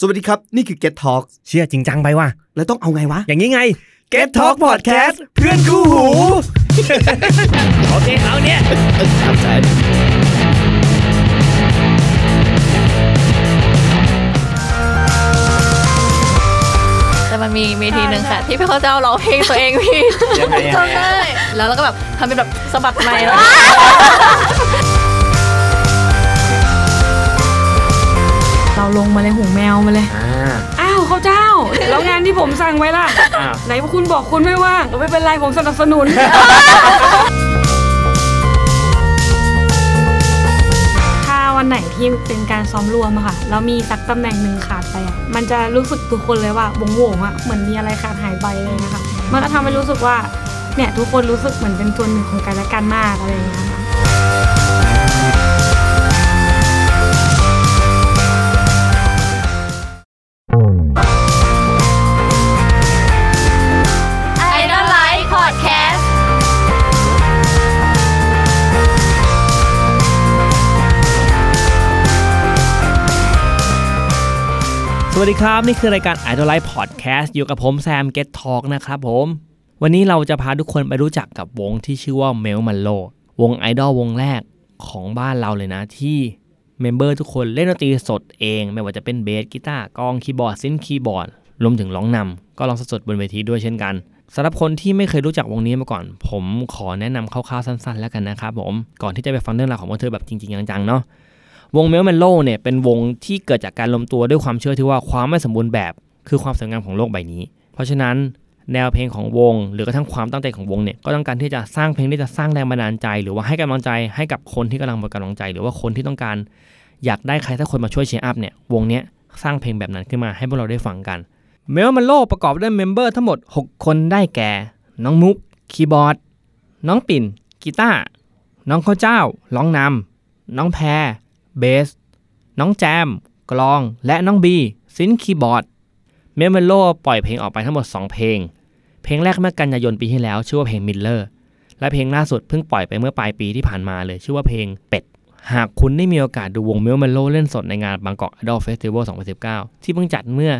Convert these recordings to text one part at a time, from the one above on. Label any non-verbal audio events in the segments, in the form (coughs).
สวัสดีครับ นี่คือ Get Talk เชื่อจริงจังไปว่ะ แล้วต้องเอาไงวะ อย่างนี้ไง Get Talk Podcast เพื่อนคู่หู โอเคเอาเนี่ย แต่มันมีมีทีหนึ่งค่ะ ที่พี่เขาจะเอาร้องเพลงตัวเองพี่ ยังไงยังไง จำได้ แล้วเราก็แบบทำเป็นแบบสะบัดไม้แล้ว เราลงมาเลยหูแมวมาเลย อ่า อ้าวเขาเจ้า แล้วงานที่ผมสั่งไว้ล่ะ อ้าว ไหนว่าคุณบอกคุณไม่ว่างก็ไม่เป็นไรผมสนับส (laughs) นุน ถ้าวันไหนที่เป็นการซ้อมรวมอะค่ะ แล้วมีสักตำแหน่งหนึ่งขาดไปอะมันจะรู้สึกทุกคนเลยว่าวงโหวงอะเหมือนมีอะไรขาดหายไปอะไรเลยนะคะมันจะทำให้รู้สึกว่าเนี่ยทุกคนรู้สึกเหมือนเป็นส่วนหนึ่งของกันและกันมากอะไรอย่างเงี้ยค่ะ ไอดอลไลท์พอดแคสต์ สวัสดีครับ นี่คือรายการ Idolize Podcast อยู่กับผมแซม Get Talk นะครับผม วันนี้เราจะพาทุกคนไปรู้จักกับวงที่ชื่อว่า m e l m a l o วงไอดอลวงแรกของบ้านเราเลยนะ ที่เมมเบอร์ทุกคนเล่นดนตรีสดเอง ไม่ว่าจะเป็นเบสกีตาร์กลองคีย์บอร์ดซินคีย์บอร์ด รวมถึงร้องนำก็ร้องสดๆบนเวทีด้วยเช่นกันสำหรับคนที่ไม่เคยรู้จักวงนี้มาก่อน ผมขอแนะนำคร่าวๆสั้นๆ แล้วกันนะครับผมก่อนที่จะไปฟังเรื่องราวของพวกเธอแบบจริงๆจังๆเนาะ วงเมลเมนโลเนี่ยเป็นวงที่เกิดจากการรวมตัวด้วยความเชื่อที่ว่าความไม่สมบูรณ์แบบคือความสวยงามของโลกใบนี้ เพราะฉะนั้นแนวเพลงของวง หรือกระทั่งความตั้งใจของวงเนี่ยก็ต้องการที่จะสร้างเพลงที่จะสร้างแรงบันดาลใจ หรือว่าให้กำลังใจให้กับคนที่กำลังหมดกำลังใจ หรือว่าคนที่ต้องการ อยากได้ใครสักคนมาช่วยเชียร์อัพเนี่ยวงเนี้ยสร้างเพลงแบบนั้นขึ้นมาให้พวกเราได้ฟังกัน เมลเมนโลประกอบด้วยเมมเบอร์ทั้งหมด 6 คนได้แก่ น้องมุกคีย์บอร์ด น้องปิ่นกีตาร์น้องข้าวเจ้าร้องนำ น้องแพรเบส น้องแจม กลอง และน้องบีซินคีย์บอร์ด เมมเบโลปล่อยเพลงออกไปทั้งหมด 2 เพลง เพลงแรกเมื่อกันยายนปีที่แล้ว ชื่อว่าเพลงมิลเลอร์ และเพลงล่าสุดเพิ่งปล่อยไปเมื่อปลายปีที่ผ่านมาเลย ชื่อว่าเพลงเป็ด หากคุณได้มีโอกาสดูวงเมลเมโลเล่นสดในงานบางกอก Idol Festival 2019 ที่เพิ่งจัดเมื่อ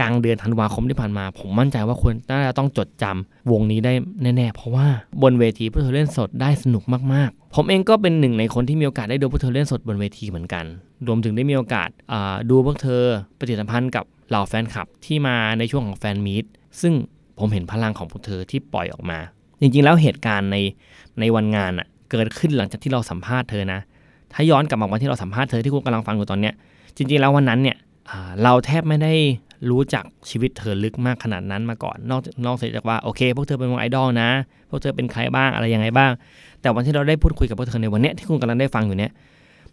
กลางเดือนธันวาคมที่ผ่านมา ผมมั่นใจว่าคุณน่าจะต้องจดจำวงนี้ได้แน่ๆ เพราะว่าบนเวทีพวกเธอเล่นสดได้สนุกมากๆ ผมเองก็เป็นหนึ่งในคนที่มีโอกาสได้ดูพวกเธอเล่นสดบนเวทีเหมือนกัน รวมถึงได้มีโอกาสอ่าดูพวกเธอปฏิสัมพันธ์กับเหล่าแฟนคลับที่มาในช่วงของแฟนมีตซึ่งผมเห็นพลังของพวกเธอที่ปล่อยออกมา จริงๆ แล้วเหตุการณ์ในในวันงานอะเกิดขึ้นหลังจากที่เราสัมภาษณ์เธอนะ ถ้าย้อนกลับมาวันที่เราสัมภาษณ์เธอที่คุณกำลังฟังอยู่ตอนเนี้ยจริงๆแล้ววันนั้นเนี่ยอ่าเราแทบไม่ได้รู้จักชีวิตเธอลึกมากขนาดนั้นมาก่อน นอกนอกจากว่าโอเค พวกเธอเป็นวงไอดอลนะ พวกเธอเป็นใครบ้างอะไรยังไงบ้าง แต่วันที่เราได้พูดคุยกับพวกเธอในวันเนี้ยที่คุณกำลังได้ฟังอยู่เนี่ย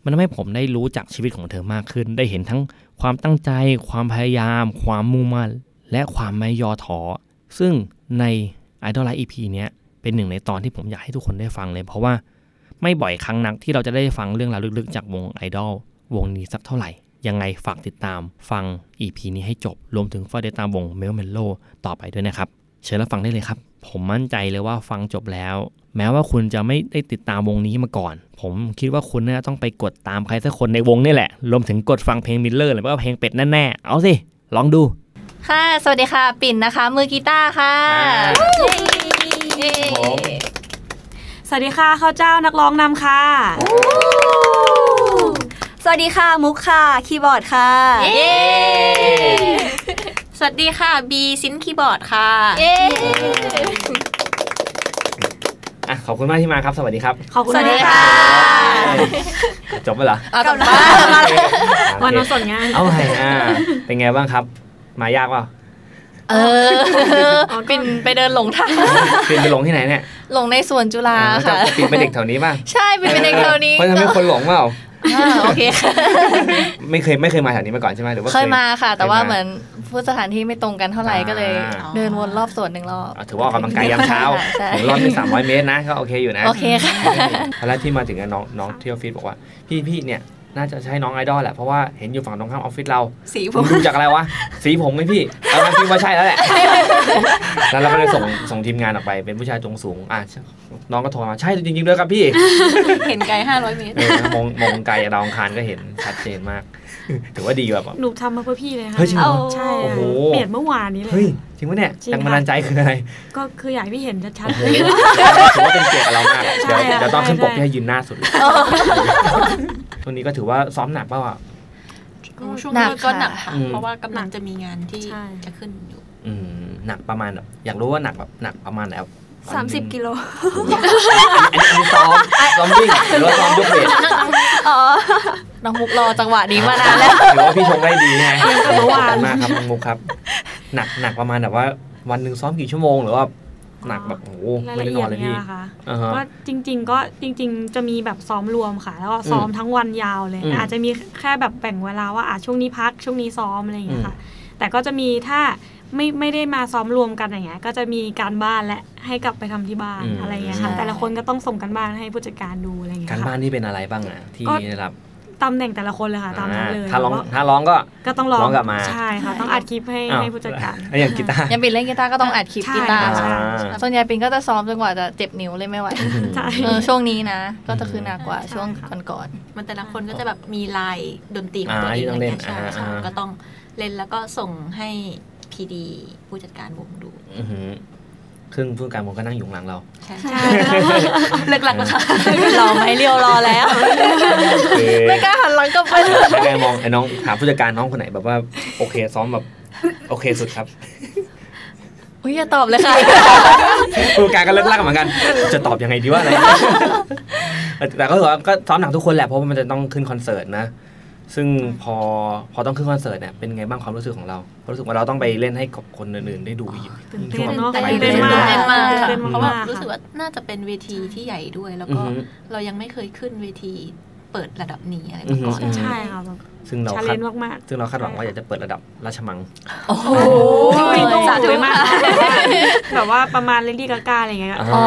มันทำให้ผมได้รู้จักชีวิตของเธอมากขึ้น ได้เห็นทั้งความตั้งใจ ความพยายาม ความมุ่งมั่นและความไม่ย่อท้อซึ่งใน Idol Life EP เนี้ยเป็นหนึ่งในตอนที่ผมอยากให้ทุกคนได้ฟังเลยเพราะว่า ไม่บ่อยครั้งนักที่เราจะได้ฟังเรื่องราวลึกๆ จากวงไอดอลวงนี้สักเท่าไหร่ ยังไงฝากติดตามฟัง EP นี้ให้จบ รวมถึงฝากติดตามวงเมลเมลโลต่อไปด้วยนะครับ เชิญรับฟังได้เลยครับ ผมมั่นใจเลยว่าฟังจบแล้ว แม้ว่าคุณจะไม่ได้ติดตามวงนี้มาก่อน ผมคิดว่าคุณน่าจะต้องไปกดตามใครสักคนในวงนี่แหละ รวมถึงกดฟังเพลงมิลเลอร์หรือว่าเพลงเป็ดแน่ๆเอาสิลองดู ค่ะ สวัสดีค่ะ ปิ่นนะคะ มือกีตาร์ค่ะเย้ สวัสดีค่ะข้าวเจ้านักร้องนำค่ะ สวัสดีค่ะ มุกค่ะ คีย์บอร์ดค่ะ เย้สวัสดีค่ะ บีซินคีย์บอร์ดค่ะเย้ อ่ะขอบคุณมากที่มาครับ สวัสดีครับ ขอบคุณ สวัสดี มาก ค่ะ จบไปเหรอ เอากลับบ้านมา วันวันสดงาน เอาไงอ่าเป็นไงบ้างครับ มายากเปล่า เออปิ่นไปเดินหลงทาง ปิ่นไปหลงที่ไหนเนี่ย หลงในสวนจุฬาค่ะ เออปิ่นเป็นเด็กแถวนี้ป่ะ ใช่ปิ่นเป็นเด็กแถวนี้ เพราะทำให้คนหลงเปล่า อ่าโอเคค่ะ ไม่เคยไม่เคยมาแถวนี้มาก่อนใช่ไหมหรือว่า (laughs) เคยมาค่ะ แต่ว่า เคยมา เหมือนพูดสถานที่ไม่ตรงกันเท่าไหร่ก็เลย อ่า เดินวนรอบสวนหนึ่งรอบ อ่ะถือว่าออกกำลังกายยามเช้า ใช่ ผมรอดไปสามร้อยเมตรนะก็โอเคอยู่นะ โอเคค่ะ แล้วที่มาถึงอ่ะน้องน้องเที่ยวฟิตบอกว่า พี่พี่เนี่ยน่าจะใช่น้องไอดอลแหละเพราะว่าเห็นอยู่ฝั่งตรงข้ามออฟฟิศเรา สีผ ผม ม ดูจากอะไรวะสีผมไหมพี่เอางั้นพี่ว่าใช่ (laughs) แล้วแหละแล้วเราก็เลยส่งส่งทีมงานออกไปเป็นผู้ชายตรงสูงอ่ะน้องก็โทรมาใช่จริงๆด้วยครับพี่ เห็นไกล500เมตร เออมองมองไกลดาวอังคารก็เห็นชัดเจนมาก ถือว่าดีแบบ หนูทำมาเพื่อพี่เลยค่ะ เฮ้ยจริงเหรอ ใช่ โอ้โห เปลี่ยนเมื่อวานนี้เลย เฮ้ยจริงปะเนี่ย จริง แร ค่ะ งบันดาลใจคืออะไร ก็คืออยากให้พี่เห็นชัด โอ้ ๆ โห เลย ถือว่าเป็นเกียรติกับเรามาก ใช่ เดี๋ยว ค่ะ เดี๋ยวตอนขึ้นปก ใช่ พี่ให้ยืนหน้าสุดเลย (laughs) ตัวนี้ก็ถือว่าซ้อมหนักเปล่าอ่ะ โอ้ช่วง หนัก นี้ก็หนัก ค่ะ ค่ะ อืม เพราะว่ากำลังจะมีงานที่ ใช่ จะขึ้นอยู่ อืมหนักประมาณแบบอยากรู้ว่าหนักแบบหนักประมาณไหนครับ สามสิบกิโล โอ้โหอันนี้อันนี้ซ้อมซ้อมวิ่งหรือว่าซ้อมยกเวท (laughs) อ๋อ น้องมุกรอจังหวะนี้มานานแล้ว ถือว่าพี่ชงได้ดีไง เรียนกับเมื่อวาน ขบคุณมากครับน้องมุกครับ หนักหนักประมาณแบบว่า วันหนึ่งซ้อมกี่ชั่วโมงหรือว่าหนักแบบโอ้โห ราย ไม่ ละ ได้น เอี อยนเลยดเนี่ย พี่ นะคะ อ่าฮะ ก็จริง ๆ ก็จริง ๆ จะมีแบบซ้อมรวมค่ะ แล้วก็ซ้อม อืม ทั้งวันยาวเลย อืม อาจจะมีแค่แบบแบ่งเวลาว่าอ่ะช่วงนี้พักช่วงนี้ซ้อมอะไรอย่างเงี้ยค่ะ แต่ก็จะมีถ้าไม่ไม่ได้มาซ้อมรวมกันอย่างเงี้ยก็จะมีการบ้านและให้กลับไปทำที่บ้าน อืม อะไรอย่างเงี้ยค่ะ ใช่ แต่ละคนก็ต้องส่งกันบ้านให้ผู้จัดการดูอะไรอย่างเงี้ การ ย บ้านค่ะนี่เป็นอะไรบ้างอ่ะที่ ก็ ได้รับ ตำแหน่งแต่ละคนเลยค่ะตามนั้นเลย อ่าถ้าร้อง แล้วก็ ถ้าร้องก็ ก็ต้องร้อง ร้องกลับมา ใช่ค่ะ ต้องอัดคลิปให้ อ้าว ให้ผู้จัดการ แล้วอย่างกีตาร์ ยังเป็นเล่นกีตาร์ก็ต้องอัดคลิป ใช่ กีตาร์ อ่า ใช่ ส่วนใหญ่ปินก็จะซ้อมจนกว่าจะเจ็บนิ้วเลยไม่ไหว ใช่ เออช่วงนี้นะ ก็จะคือหนักกว่า ใช่ ช่วงก่อน มันแต่ละคนก็จะแบบมีลายดนตรีของตัว อ่า เอง ที่ต้องเล่น ใช่ อ่า ใช่ อ่า ก็ต้องเล่นแล้วก็ส่งให้พีดีผู้จัดการวงดู อื้อหือซึ่งผู้การผมก็นั่งอยู่ข้างหลังเรา ใช่ ใช่ เลิกหลักแล้วค่ะ รอไหมเรียวรอแล้ว ๆไม่กล้าหันหลังกลับไป ใครแกมองไอ้น้องหาผู้จัดการน้องคนไหนแบบว่าโอเคซ้อมแบบโอเคสุดครับ อุ้ยอย่าตอบเลยค่ะ ผู้จัดการก็เลิกลากเหมือนกัน จะตอบยังไง (laughs) ดีว่าอะไร แต่ก็ถือว่าก็ซ้อมหนักทุกคนแหละเพราะว่ามันจะต้องขึ้นคอนเสิร์ตนะ ซึ่งพอพอต้องขึ้นคอนเสิร์ตเนี่ยเป็นไงบ้างความรู้สึกของเราเพราะรู้สึกว่าเราต้องไปเล่นให้กับคนอื่นๆได้ดูอีก ตื่นเต้ ช่ น วง เนอะ ไป ตื่น เล่ เต้น น มาก เนอะ ตื่นเต้นมากตื่นเต้นมากค่ะเพราะว่ารู้สึกว่าน่าจะเป็นเวทีที่ใหญ่ด้วย แล้วก็ อือฮึ เรายังไม่เคยขึ้นเวทีเปิดระดับนี้อะไรมาก่อน อือฮึ ใช่ค่ะแบบ ซึ่งเรา ชาเล คาด นจ์มาก ซึ่งเราคาดหวังว่าอยากจะเปิดระดับราชมัง โอ้โห ๆจริงๆก็ สาธุ สวยมากแบบว่าประมาณเลดี้กากาอะไรอย่างเงี้ย อ๋อ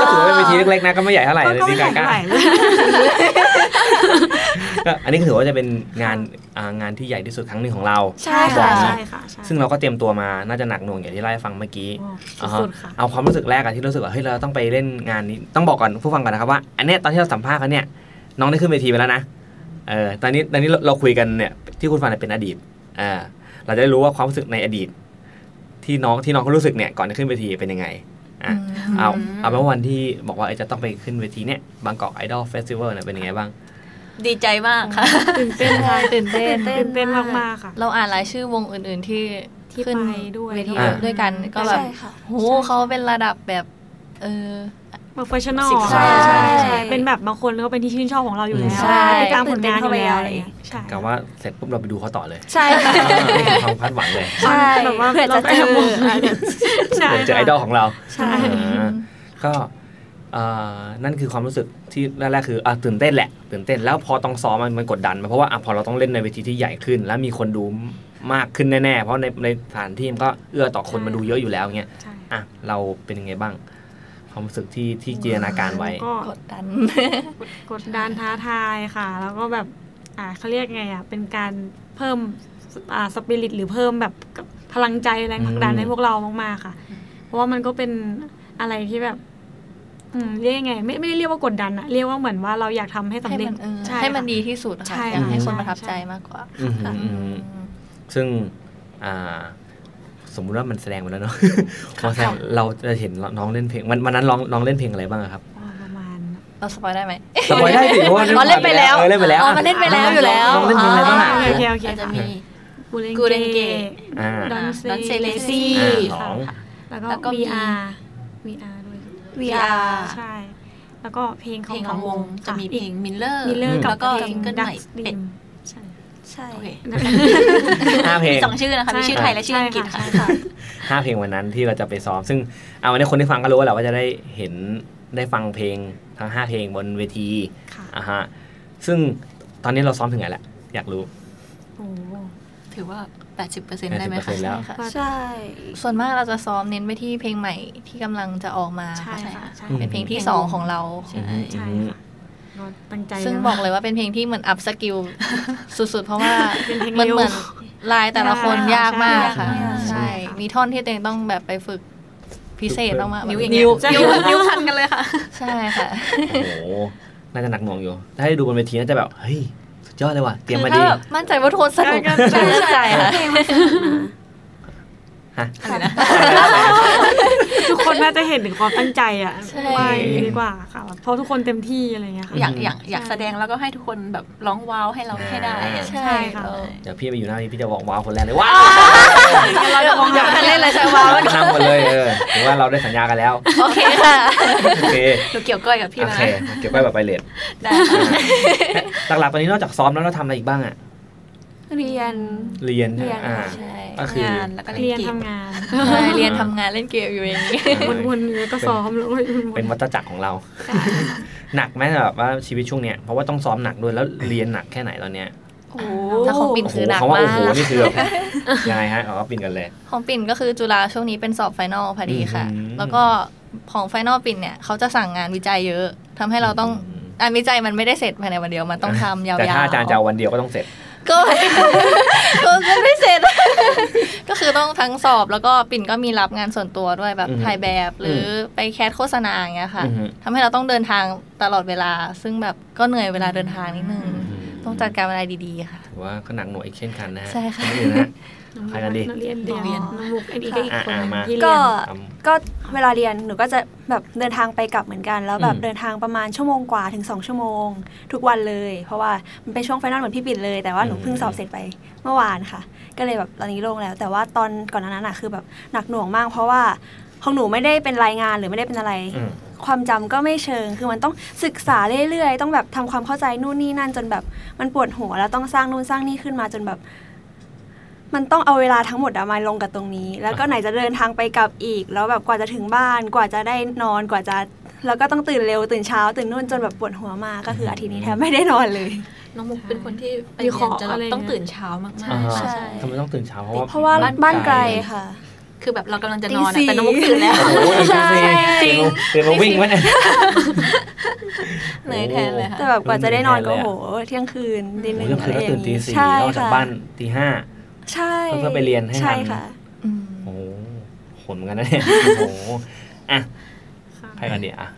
ก็ถือว่าเป็นเวทีเล็กๆนะก็ไม่ใหญ่เท่าไหร่เลย ก็ไม่ ที่ แข็ กาง ก้า ไหล ก็อันนี้ก็ถือว่าจะเป็นงานอ่างานที่ใหญ่ที่สุดครั้งหนึ่งของเรา ใช่ ค่ะ ค่ะ ใช่ค่ะใช่ ซึ่งเราก็เตรียมตัวมาน่าจะหนักหน่วงอย่างที่เล่าให้ฟังเมื่อกี้ อ๋อสุดๆค่ะ เอาความรู้สึกแรกอะที่รู้สึกว่าเฮ้ยเราต้องไปเล่นงานนี้ต้องบอกก่อนผู้ฟังก่อนนะครับว่าอันเนี้ยตอนที่เราสัมภาษณ์เขาเนี่ยน้องได้ขึ้นเวทีไปแล้วนะเออตอนนี้ตอนนี้เราเราคุยกันเนี่ยที่คุณฟังเนี่ยเป็นอดีตเออเราจะได้รู้ว่าความรู้สึกในอดีต ที่น้องที่น้องเขารู้สึกเนี่ยก่อนจะขึ้นเวทีเป็นยังไงอ่ะเอาเอาเป็นว่าวันที่บอกว่าเอ้ยจะต้องไปขึ้นเวทีเนี่ยบางกอกไอดอลเฟสติวัลเนี่ยเป็นยังไงบ้าง ดีใจมากค่ะ ตื่นเต้นค่ะ ตื่นเต้น ตื่นเต้นมากๆค่ะ เราอ่านรายชื่อวงอื่นๆที่ ที่ไปด้วย เวที อ่า ด้วยกันก็แบบ ใช่ค่ะ โหเขาเป็นระดับแบบเออ โปรเฟชชั่นอล ใช่ใช่ใช่ เป็นแบบบางคนก็เป็นที่ชื่นชอบของเราอยู่แล้ว ใช่ ไปตามผลงานอยู่แล้วอะไรอย่างเงี้ยใช่ กะว่าเสร็จปุ๊บเราไปดูเขาต่อเลย ใช่ค่ะ ไม่มีความคาดหวังเลย ใช่ แบบว่า เผื่อจะเจอ ราไปทำบุญใช่ เดี๋ยวเจอไอดอลของเรา ใช่ อ่าก็เอ่อนั่นคือความรู้สึกที่แรกๆคืออ่ะตื่นเต้นแหละ ตื่นเต้นแล้วพอต้องซ้อมมันมันกดดันมาเพราะว่าอ่ะพอเราต้องเล่นในเวทีที่ใหญ่ขึ้น แล้วมีคนดูมากขึ้นแน่ๆ เพราะในในสถานที่มันก็เอื้อต่อคนมาดูเยอะอยู่แล้วเงี้ย ใช่ อ่ะเราเป็นยังไงบ้าง ความรู้สึกที่ที่จินตนาการไว้ ก็ กดดัน กดดันท้าทายค่ะ แล้วก็แบบอ่าเขาเรียกไงอ่ะเป็นการเพิ่มอ่าสปิริตหรือเพิ่มแบบพลังใจแรงผลักดัน อืม ให้พวกเรามากๆค่ะ เพราะว่ามันก็เป็นอะไรที่แบบ อืมเรียกยังไง ไม่ไม่ได้เรียกว่ากดดันอะเรียกว่าเหมือนว่าเราอยากทำให้สำ ให้ เร็จ มันเออ ช่ ให้มัน ค่ะ ดีที่สุด ใช่ ค่ะ ค่ะ อยากให้คน ใช่ ประทับ ใช่ ใจมากกว่า อืม ค่ะ อืมซึ่งอ่าสมมุติว่ามันแสดงไปแล้วเนาะพอแสดงเราจะเห็นน้องเล่นเพลงวันวันนั้นร้องร้องเล่นเพลงอะไรบ้างอะครับ อ๋อประมาณ เราสปอยได้ไหม สปอยได้สิเพราะว่า อ๋อเล่นไปแล้ว เออเล่นไปแล้ว อ๋อมันเล่นไปแล้วอยู่แล้ว น้องเล่นเพลงอะไรบ้างอะ โอเคโอเค อาจจะมี บูเรง กูเรง เก เก อ่า ดอน ดอน เซ เซ เล เลซี่ ซี่ อ่าสอง แล้วก็ แล้วก็มี VR VR ด้วย VR ใช่ แล้วก็เพลงข เพ อ ล ง งของวงจะมีเพลงมิลเลอร์ มิเลอร์ ม กับ แล้วก็ เพลง ซิงเกิล ดั ให ก ม่ ส เป็ด ใช่ ใช่ โอเค นะคะ ห้าเพลง มีสองชื่อนะคะมีชื่อไทยและชื่ออังกฤษค่ะ ใช่ค่ะ ห้าเพลงวันนั้นที่เราจะไปซ้อม ซึ่งเอาวันนี้คนที่ฟังก็รู้แหละว่าจะได้เห็นได้ฟังเพลงทั้งห้าเพลงบนเวที ค่ะ อ่ะฮะซึ่งตอนนี้เราซ้อมถึงไหนละอยากรู้ โอ้โห ถือว่า 80%ได้ไหมคะ 80%แล้ว ค่ะ ใช่ ส่วนมากเราจะซ้อมเน้นไปที่เพลงใหม่ที่กำลังจะออกมา ใช่ ค่ะ ค่ะ ใช่ เป็นเพลงที่สองของเรา ใช่ค่ะก็ตั้งใจ ซึ่ง นะ บอกเลยว่าเป็นเพลงที่เหมือนอัพสกิลสุดๆ เพราะว่า เป็นเพลง มัน เร็ว เหมือนลายแต่ละคนยากมากค่ะ ยากมาก ใช่ มีท่อนที่ตัวเองต้องแบบไปฝึกพิเศษมากๆ นิ้ว แบ อบ ย่างเงี้ยนิ้วนิ้วพันกันเลยค่ะ ใช่ค่ะ โอ้โห น่าจะหนักหน่วงอยู่ ถ้าได้ดูบนเวทีน่าจะแบบ เฮ้ย สุด ยอดเลยว่ะเตรียม คือ มา ถ้า ดี แบบมั่นใจว่าทุกคนสนุก ใช่ มั่นใจค่ะ เพลงมันสนุกนะ ฮะ ทุกคนน่าจะเห็นถึงความตั้งใจอ่ะ ใช่ ว่าอย่างนี้ดีกว่าค่ะเพราะทุกคนเต็มที่อะไรอย่างเงี้ยค่ะ อยากอยากอยากแสดงแล้วก็ให้ทุกคนแบบร้องว้าวให้เราให้ได้ ใช่ ใช่ ค่ะ เออ เดี๋ยวพี่ไปอยู่หน้านี้พี่จะบอกว้าวคนแรกเลยว้าว เราจะมองอย่างนั้นเล่นเลยใช่ไหมวะ นั่งหมดเลยเออถือว่าเราได้สัญญากันแล้ว โอเคค่ะ โอเค หนูเกี่ยวก้อยกับพี่ โอ นะ เคเก็บไว้แบบไปเลท ได้ หลักๆตอนนี้นอกจากซ้อมแล้วเราทำอะไรอีกบ้างอะ เรียน เรียน เรียน อ่า ใช่ ก็คือ งานแล้วก็เล่น เรียน เกม ทำงาน ใช่เรียนทำงานเล่นเกมอยู่เอง วนๆแล้วก็ซ้อมแล้วก็วนๆ เป็นวัฏจักรของเรา หนักไหมแบบว่าชีวิตช่วงเนี้ยเพราะว่าต้องซ้อมหนักด้วยแล้วเรียนหนักแค่ไหนตอนเนี้ย โอ้ ถ้าของปิ่น โอ้โห คือหนัก คำว่า มา โอ้โห ก นี่คือแบบ ยังไงฮะเอาก็ปิ่นกันเลย ของปิ่นก็คือจุฬาช่วงนี้เป็นสอบไฟนอลพอดีค่ะ อืม แล้วก็ของไฟนอลปิ่นเนี่ยเขาจะสั่งงานวิจัยเยอะทำให้เราต้องอันวิจัยมันไม่ได้เสร็จภายในวันเดียวมันต้องทำยาวๆ แต่ถ้าอาจารย์จะเอาวันเดียวก็ต้องเสร็จ ก็ก็ก็ไม่เสร็จ ก็คือต้องทั้งสอบแล้วก็ปิ่นก็มีรับงานส่วนตัวด้วยแบบ อือฮึ ถ่ายแบบหรือไปแคสโฆษณาอย่างเงี้ยค่ะ อือฮึ ทำให้เราต้องเดินทางตลอดเวลา ซึ่งแบบก็เหนื่อยเวลาเดินทางนิดนึง ต้องจัดการเวลาดีๆค่ะ ถือว่าก็หนักหน่วยอีกเช่นกันนะฮ ใช่ค่ะ นอื่นนะ ใครกันดี องเรียนเดียว เรียน น้องมุกอันนี้ก็อีก อ่ะ คนหนึ่ง อ่ะมา ที่เรียน ก็ ท ก็เวลาเรียนหนูก็จะแบบเดินทางไปกลับเหมือนกัน แล้วแบบ อืม เดินทางประมาณชั่วโมงกว่าถึง 2 ชั่วโมง ทุกวันเลย เพราะว่ามันเป็นช่วงไฟนอลเหมือนพี่ปิ่นเลย แต่ว่าหนู อืม เพิ่งสอบเสร็จไปเมื่อวานค่ะ ก็เลยแบบตอนนี้โล่งแล้ว แต่ว่าตอนก่อนหนานั้นน่ะคือแบบหนักหน่วงมาก เพราะว่าของหนูไม่ได้เป็นรายงานหรือไม่ได้เป็นอะไร ำอืม ความจำก็ไม่เชิง คือมันต้องศึกษาเรื่อยๆ ต้องแบบทำความเข้าใจนู่นนี่นั่นจนแบบมันปวดหัวแล้วต้องสร้างนู่นสร้างนี่ขึ้นมาจนแบบ มันต้องเอาเวลาทั้งหมดอะมาลงกับตรงนี้ แล้วก็ อ่าฮะ ไหนจะเดินทางไปกลับอีก แล้วแบบกว่าจะถึงบ้านกว่าจะได้นอนกว่าจะ แล้วก็ต้องตื่นเร็วตื่นเช้า ตื่นนู่นจนแบบปวดหัวมากก็คืออาทิตย์นี้แทบไม่ได้นอนเลย น้องมุกเป็นคนที่ไป มี เรี ข ย อน จะแบบ อะไร ต้องตื่นเช้ามาก อ่าฮะ ๆ ใช่ ทำไมต้องตื่นเช้าเพราะว่า เพราะว่าบ้านไกลค่ะ คือแบบเรากำลังจะนอน ตีสี่ อะแต่น้องมุกตื่นแล้ว โอ้โหตื่นตีสี่ จริง ตื่นมาวิ่งไหมเนี่ย เหนื่อยแทนเลยค่ะ แต่แบบกว่าจะได้นอนก็โหเที่ยงคืนตีห โอ้ นึ่ โห ง เรื่องคืนอะไร ก็ อย่า ตื่น ง ตี นี้ สี่ ใช่ ออกจาก ค่ะ บ้านตีห้า ใช่ เพื่อไปเรียนให้ทัน ใช่ค่ะ อืม โอ้โหโหดเหมือนกันนะเนี่ยโอ้โหอ่ะ ค่ะ ใครกันดีอ่ะ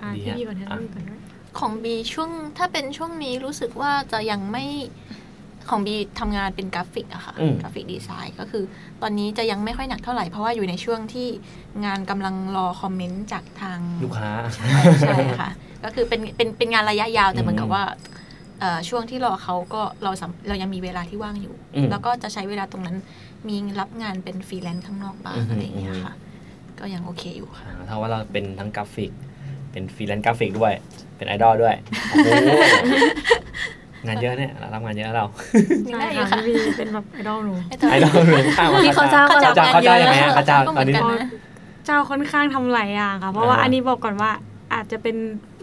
อ่ะ ดี พี่ ฮะ ก่อนนะพี่ก่อนนะ ของบีช่วงถ้าเป็นช่วงนี้รู้สึกว่าจะยังไม่ของบีทำงานเป็นกราฟิกอะค่ะ อืม กราฟิกดีไซน์ก็คือ ตอนนี้จะยังไม่ค่อยหนักเท่าไหร่เพราะว่าอยู่ในช่วงที่งานกำลังรอคอมเมนต์จากทาง ลูกค้า ใช่ค่ะ ก็คือเป็นเป็นเป็นงานระยะยาวแต่เหมือนกับว่าเอ่อช่วงที่รอเขาก็เราสามเรายังมีเวลาที่ว่างอยู่ อืม แล้วก็จะใช้เวลาตรงนั้นมีรับงานเป็นฟรีแลนซ์ข้างนอกบ้าง อืม อะไรอย่างเงี้ยค่ะ ก็ยังโอเคอยู่ค่ะ อ่าเท่าว่าเราเป็นทั้งกราฟิก เป็นฟรีแลนซ์กราฟิกด้วย เป็นไอดอลด้วย โอ้โห งานเยอะเนี่ยเรารับงานเยอะแล้วเรา ยัง ใช่ ได้อยู่ ค่ะพี่ค่ะบีเป็นแบบไอดอลหนู ไอดอลหรือข้าว ที่เขาจ้าง เขาจ้าง ก็ เขา เย จ้าง อะ ยังไงฮะเขาจ้าง ก็ตเหอนมือน นี้ กันนะ เจ้าค่อนข้างทำหลายอย่างค่ะ เพราะว่า อ่า อันนี้บอกก่อนว่าอาจจะเป็น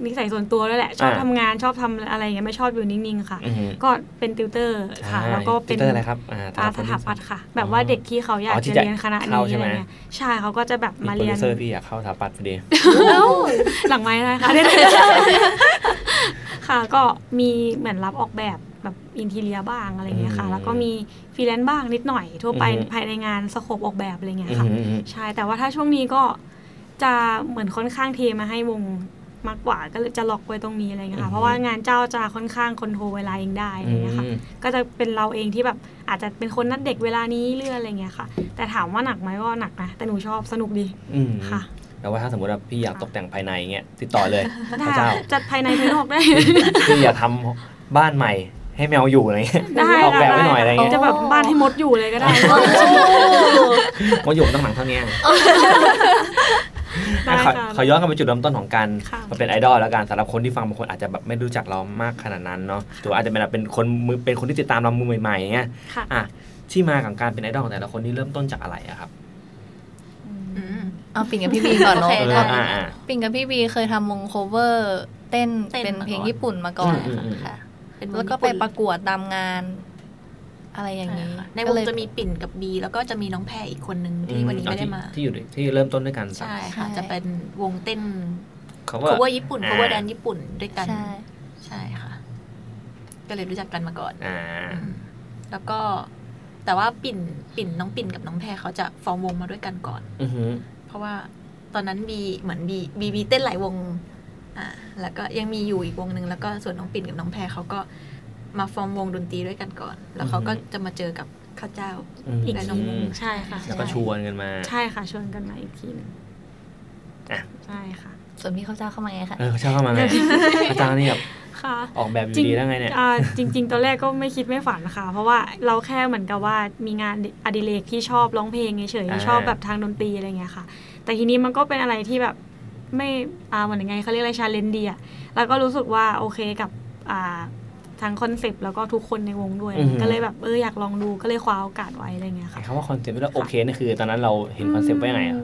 นิสัยส่วนตัวด้วยแหละ ชอบ อ่า ทำงานชอบทำอะไรอย่างเงี้ยไม่ชอบอยู่นิ่งๆค่ะ อือหือ ก็เป็นติวเตอร์ค่ะ อ่า แล้วก็เป็น ติวตอร์อะไรครับอ่า อ่าส คน ถา ที่ ปัตย์ค่ะ แบบว่าเด็กที่เขาอยาก อ๋อที่ จะ จะ เรียนคณะ เข้า นี้ ใช่ อะ ไหม ไรเงี้ยใช่เขาก็จะแบบ มี มา โปร เรีย ดิ น วเซอร์พี่อยากเข้าสถาปัตย์พอดี หลังไม้ได้ (laughs) ค่ะ ค่ะก็มีเหมือนรับออกแบบแบบอินทีเลียบ้างอะไรเงี้ยค่ะ อืม แล้วก็มีฟรีแลนซ์บ้างนิดหน่อย ทั่วไป อือฮึ ภายในงานสโคปออกแบบอะไรเงี้ย อือ ค่ะ หืออือหือ ใช่ แต่ว่าถ้าช่วงนี้ก็จะเหมือนค่อนข้างเทมาให้วงมากกว่าก็เลยจะล็อกไว้ตรงนี้อะไรเงี้ยค่ะ เพราะว่างานเจ้าจะค่อนข้างคอนโทรลเวลาเองได้อะไรเงี้ยค่ะ อืม ก็จะเป็นเราเองที่แบบอาจจะเป็นคนนัดเด็กเวลานี้เรื่อยอะไรเงี้ยค่ะ แต่ถามว่าหนักไหมก็หนักนะแต่หนูชอบสนุกดี อืม ค่ะ แต่ว่าถ้าสมมติว่าพี่อยากตกแต่งภายในเงี้ยติดต่อเลย พ ได้ ระเจ้า จัดภายในภายนอกได้ พี่อยากทำบ้านใหม่ให้แมวอยู่อะไรเงี้ย ได้ ออกแบบไว้หน่อยอะไร ด้ เงี้ย จะแบบบ้านให้มดอยู่เลยก็ได้ ว่าอยู่ตั้งหนังเท่านี้ ได้ ขอ ค่ะ ขอย้อนกลับไปจุดเริ่มต้นของการ ค่ะ มาเป็นไอดอลแล้วกันสำหรับคนที่ฟังบางคนอาจจะแบบไม่รู้จักเรามากขนาดนั้นเนาะหรือว่าอาจจะเป็นแบบเป็นคนมือเป็นคนที่ติดตามเรามือใหม่ๆอย่างเงี้ย ค่ะ อ่ะที่มาของการเป็นไอดอลของแต่ละคนนี่เริ่มต้นจากอะไรอะครับ อืม เอาปิ่นกับพี่บีก่อนเนาะ โอเคได้ อ่าอ่า ปิ่นกับพี่บีเคยทำวงโคเวอร์ เต้น เต้น เป็น มาก่อน เพลงญี่ปุ่นมาก่อน อืมอืมอืม ค่ะ เป็นง แล้วก็ไป ญี่ ป น ระกวดตามงาน อะไรอย่างนี้ ใช่ค่ะในว ก็ ง เลย จะมีปิ่นกับบีแล้วก็จะมีน้องแพรอีกคนนึงที่วันนี้ไม่ได้มา ที่ที่อยู่ด้วยที่เริ่มต้นด้วยกันสาม ใช่ค่ะ ใช่ จะเป็นวงเต้น เขาว่า cover ญี่ปุ่น อ่า cover แดนญี่ปุ่นด้วยกัน ใช่ ใช่ค่ะ ก็เลยรู้จักกันมาก่อน อ่า แล้วก็แต่ว่าปิ่นปิ่นน้องปิ่นกับน้องแพรเขาจะฟอร์มวงมาด้วยกันก่อน อือหือ เพราะว่าตอนนั้นบีเหมือนบีบีบีเต้นหลายวงอ่าแล้วก็ยังมีอยู่อีกวงหนึ่งแล้วก็ส่วนน้องปิ่นกับน้องแพรเขาก็ มาฟอร์มวงดนตรีด้วยกันก่อน แล้วเขาก็ อือฮึ จะมาเจอกับข้าวเจ้า ม อีกทีหนึ่ง ใช่ค่ะ แล้วก็ชวนกันมา ใช่ค่ะชวนกันมาอีกทีหนึง อ่ะ ใช่ค่ะ ส่วนพี่เข้าเจ้าเข้ามาไงคะ เออเขาชอบเข้ามาไงอาจารย์นี่แบบ ค่ะ ออกแบบอยู่ จริง ดีแล้วไงเนี่ย อ่าจริง ๆ ตอนแรกก็ไม่คิดไม่ฝันค่ะ เพราะว่าเราแค่เหมือนกับว่ามีงานอดิเรกที่ชอบร้องเพลงเฉย อ่า ๆชอบแบบทางดนตรีอะไรเงี้ยค่ะ แต่ทีนี้มันก็เป็นอะไรที่แบบไม่อ่าเหมือนยังไงเขาเรียกอะไรชาเลนจ์ดีอะแล้วก็รู้สึกว่าโอเคกับอ่าทางคอนเซปต์แล้วก็ทุกคนในวงด้วย ก็เลยแบบเอออยากลองดูก็เลยคว้าโอกาสไว้อะไรเงี้ยค่ะ ไอ้คำว่าคอนเซ็ปต์แล้วโอเคนี่คือตอนนั้นเราเห็นคอนเซ็ปต์ไว้ยังไงอะ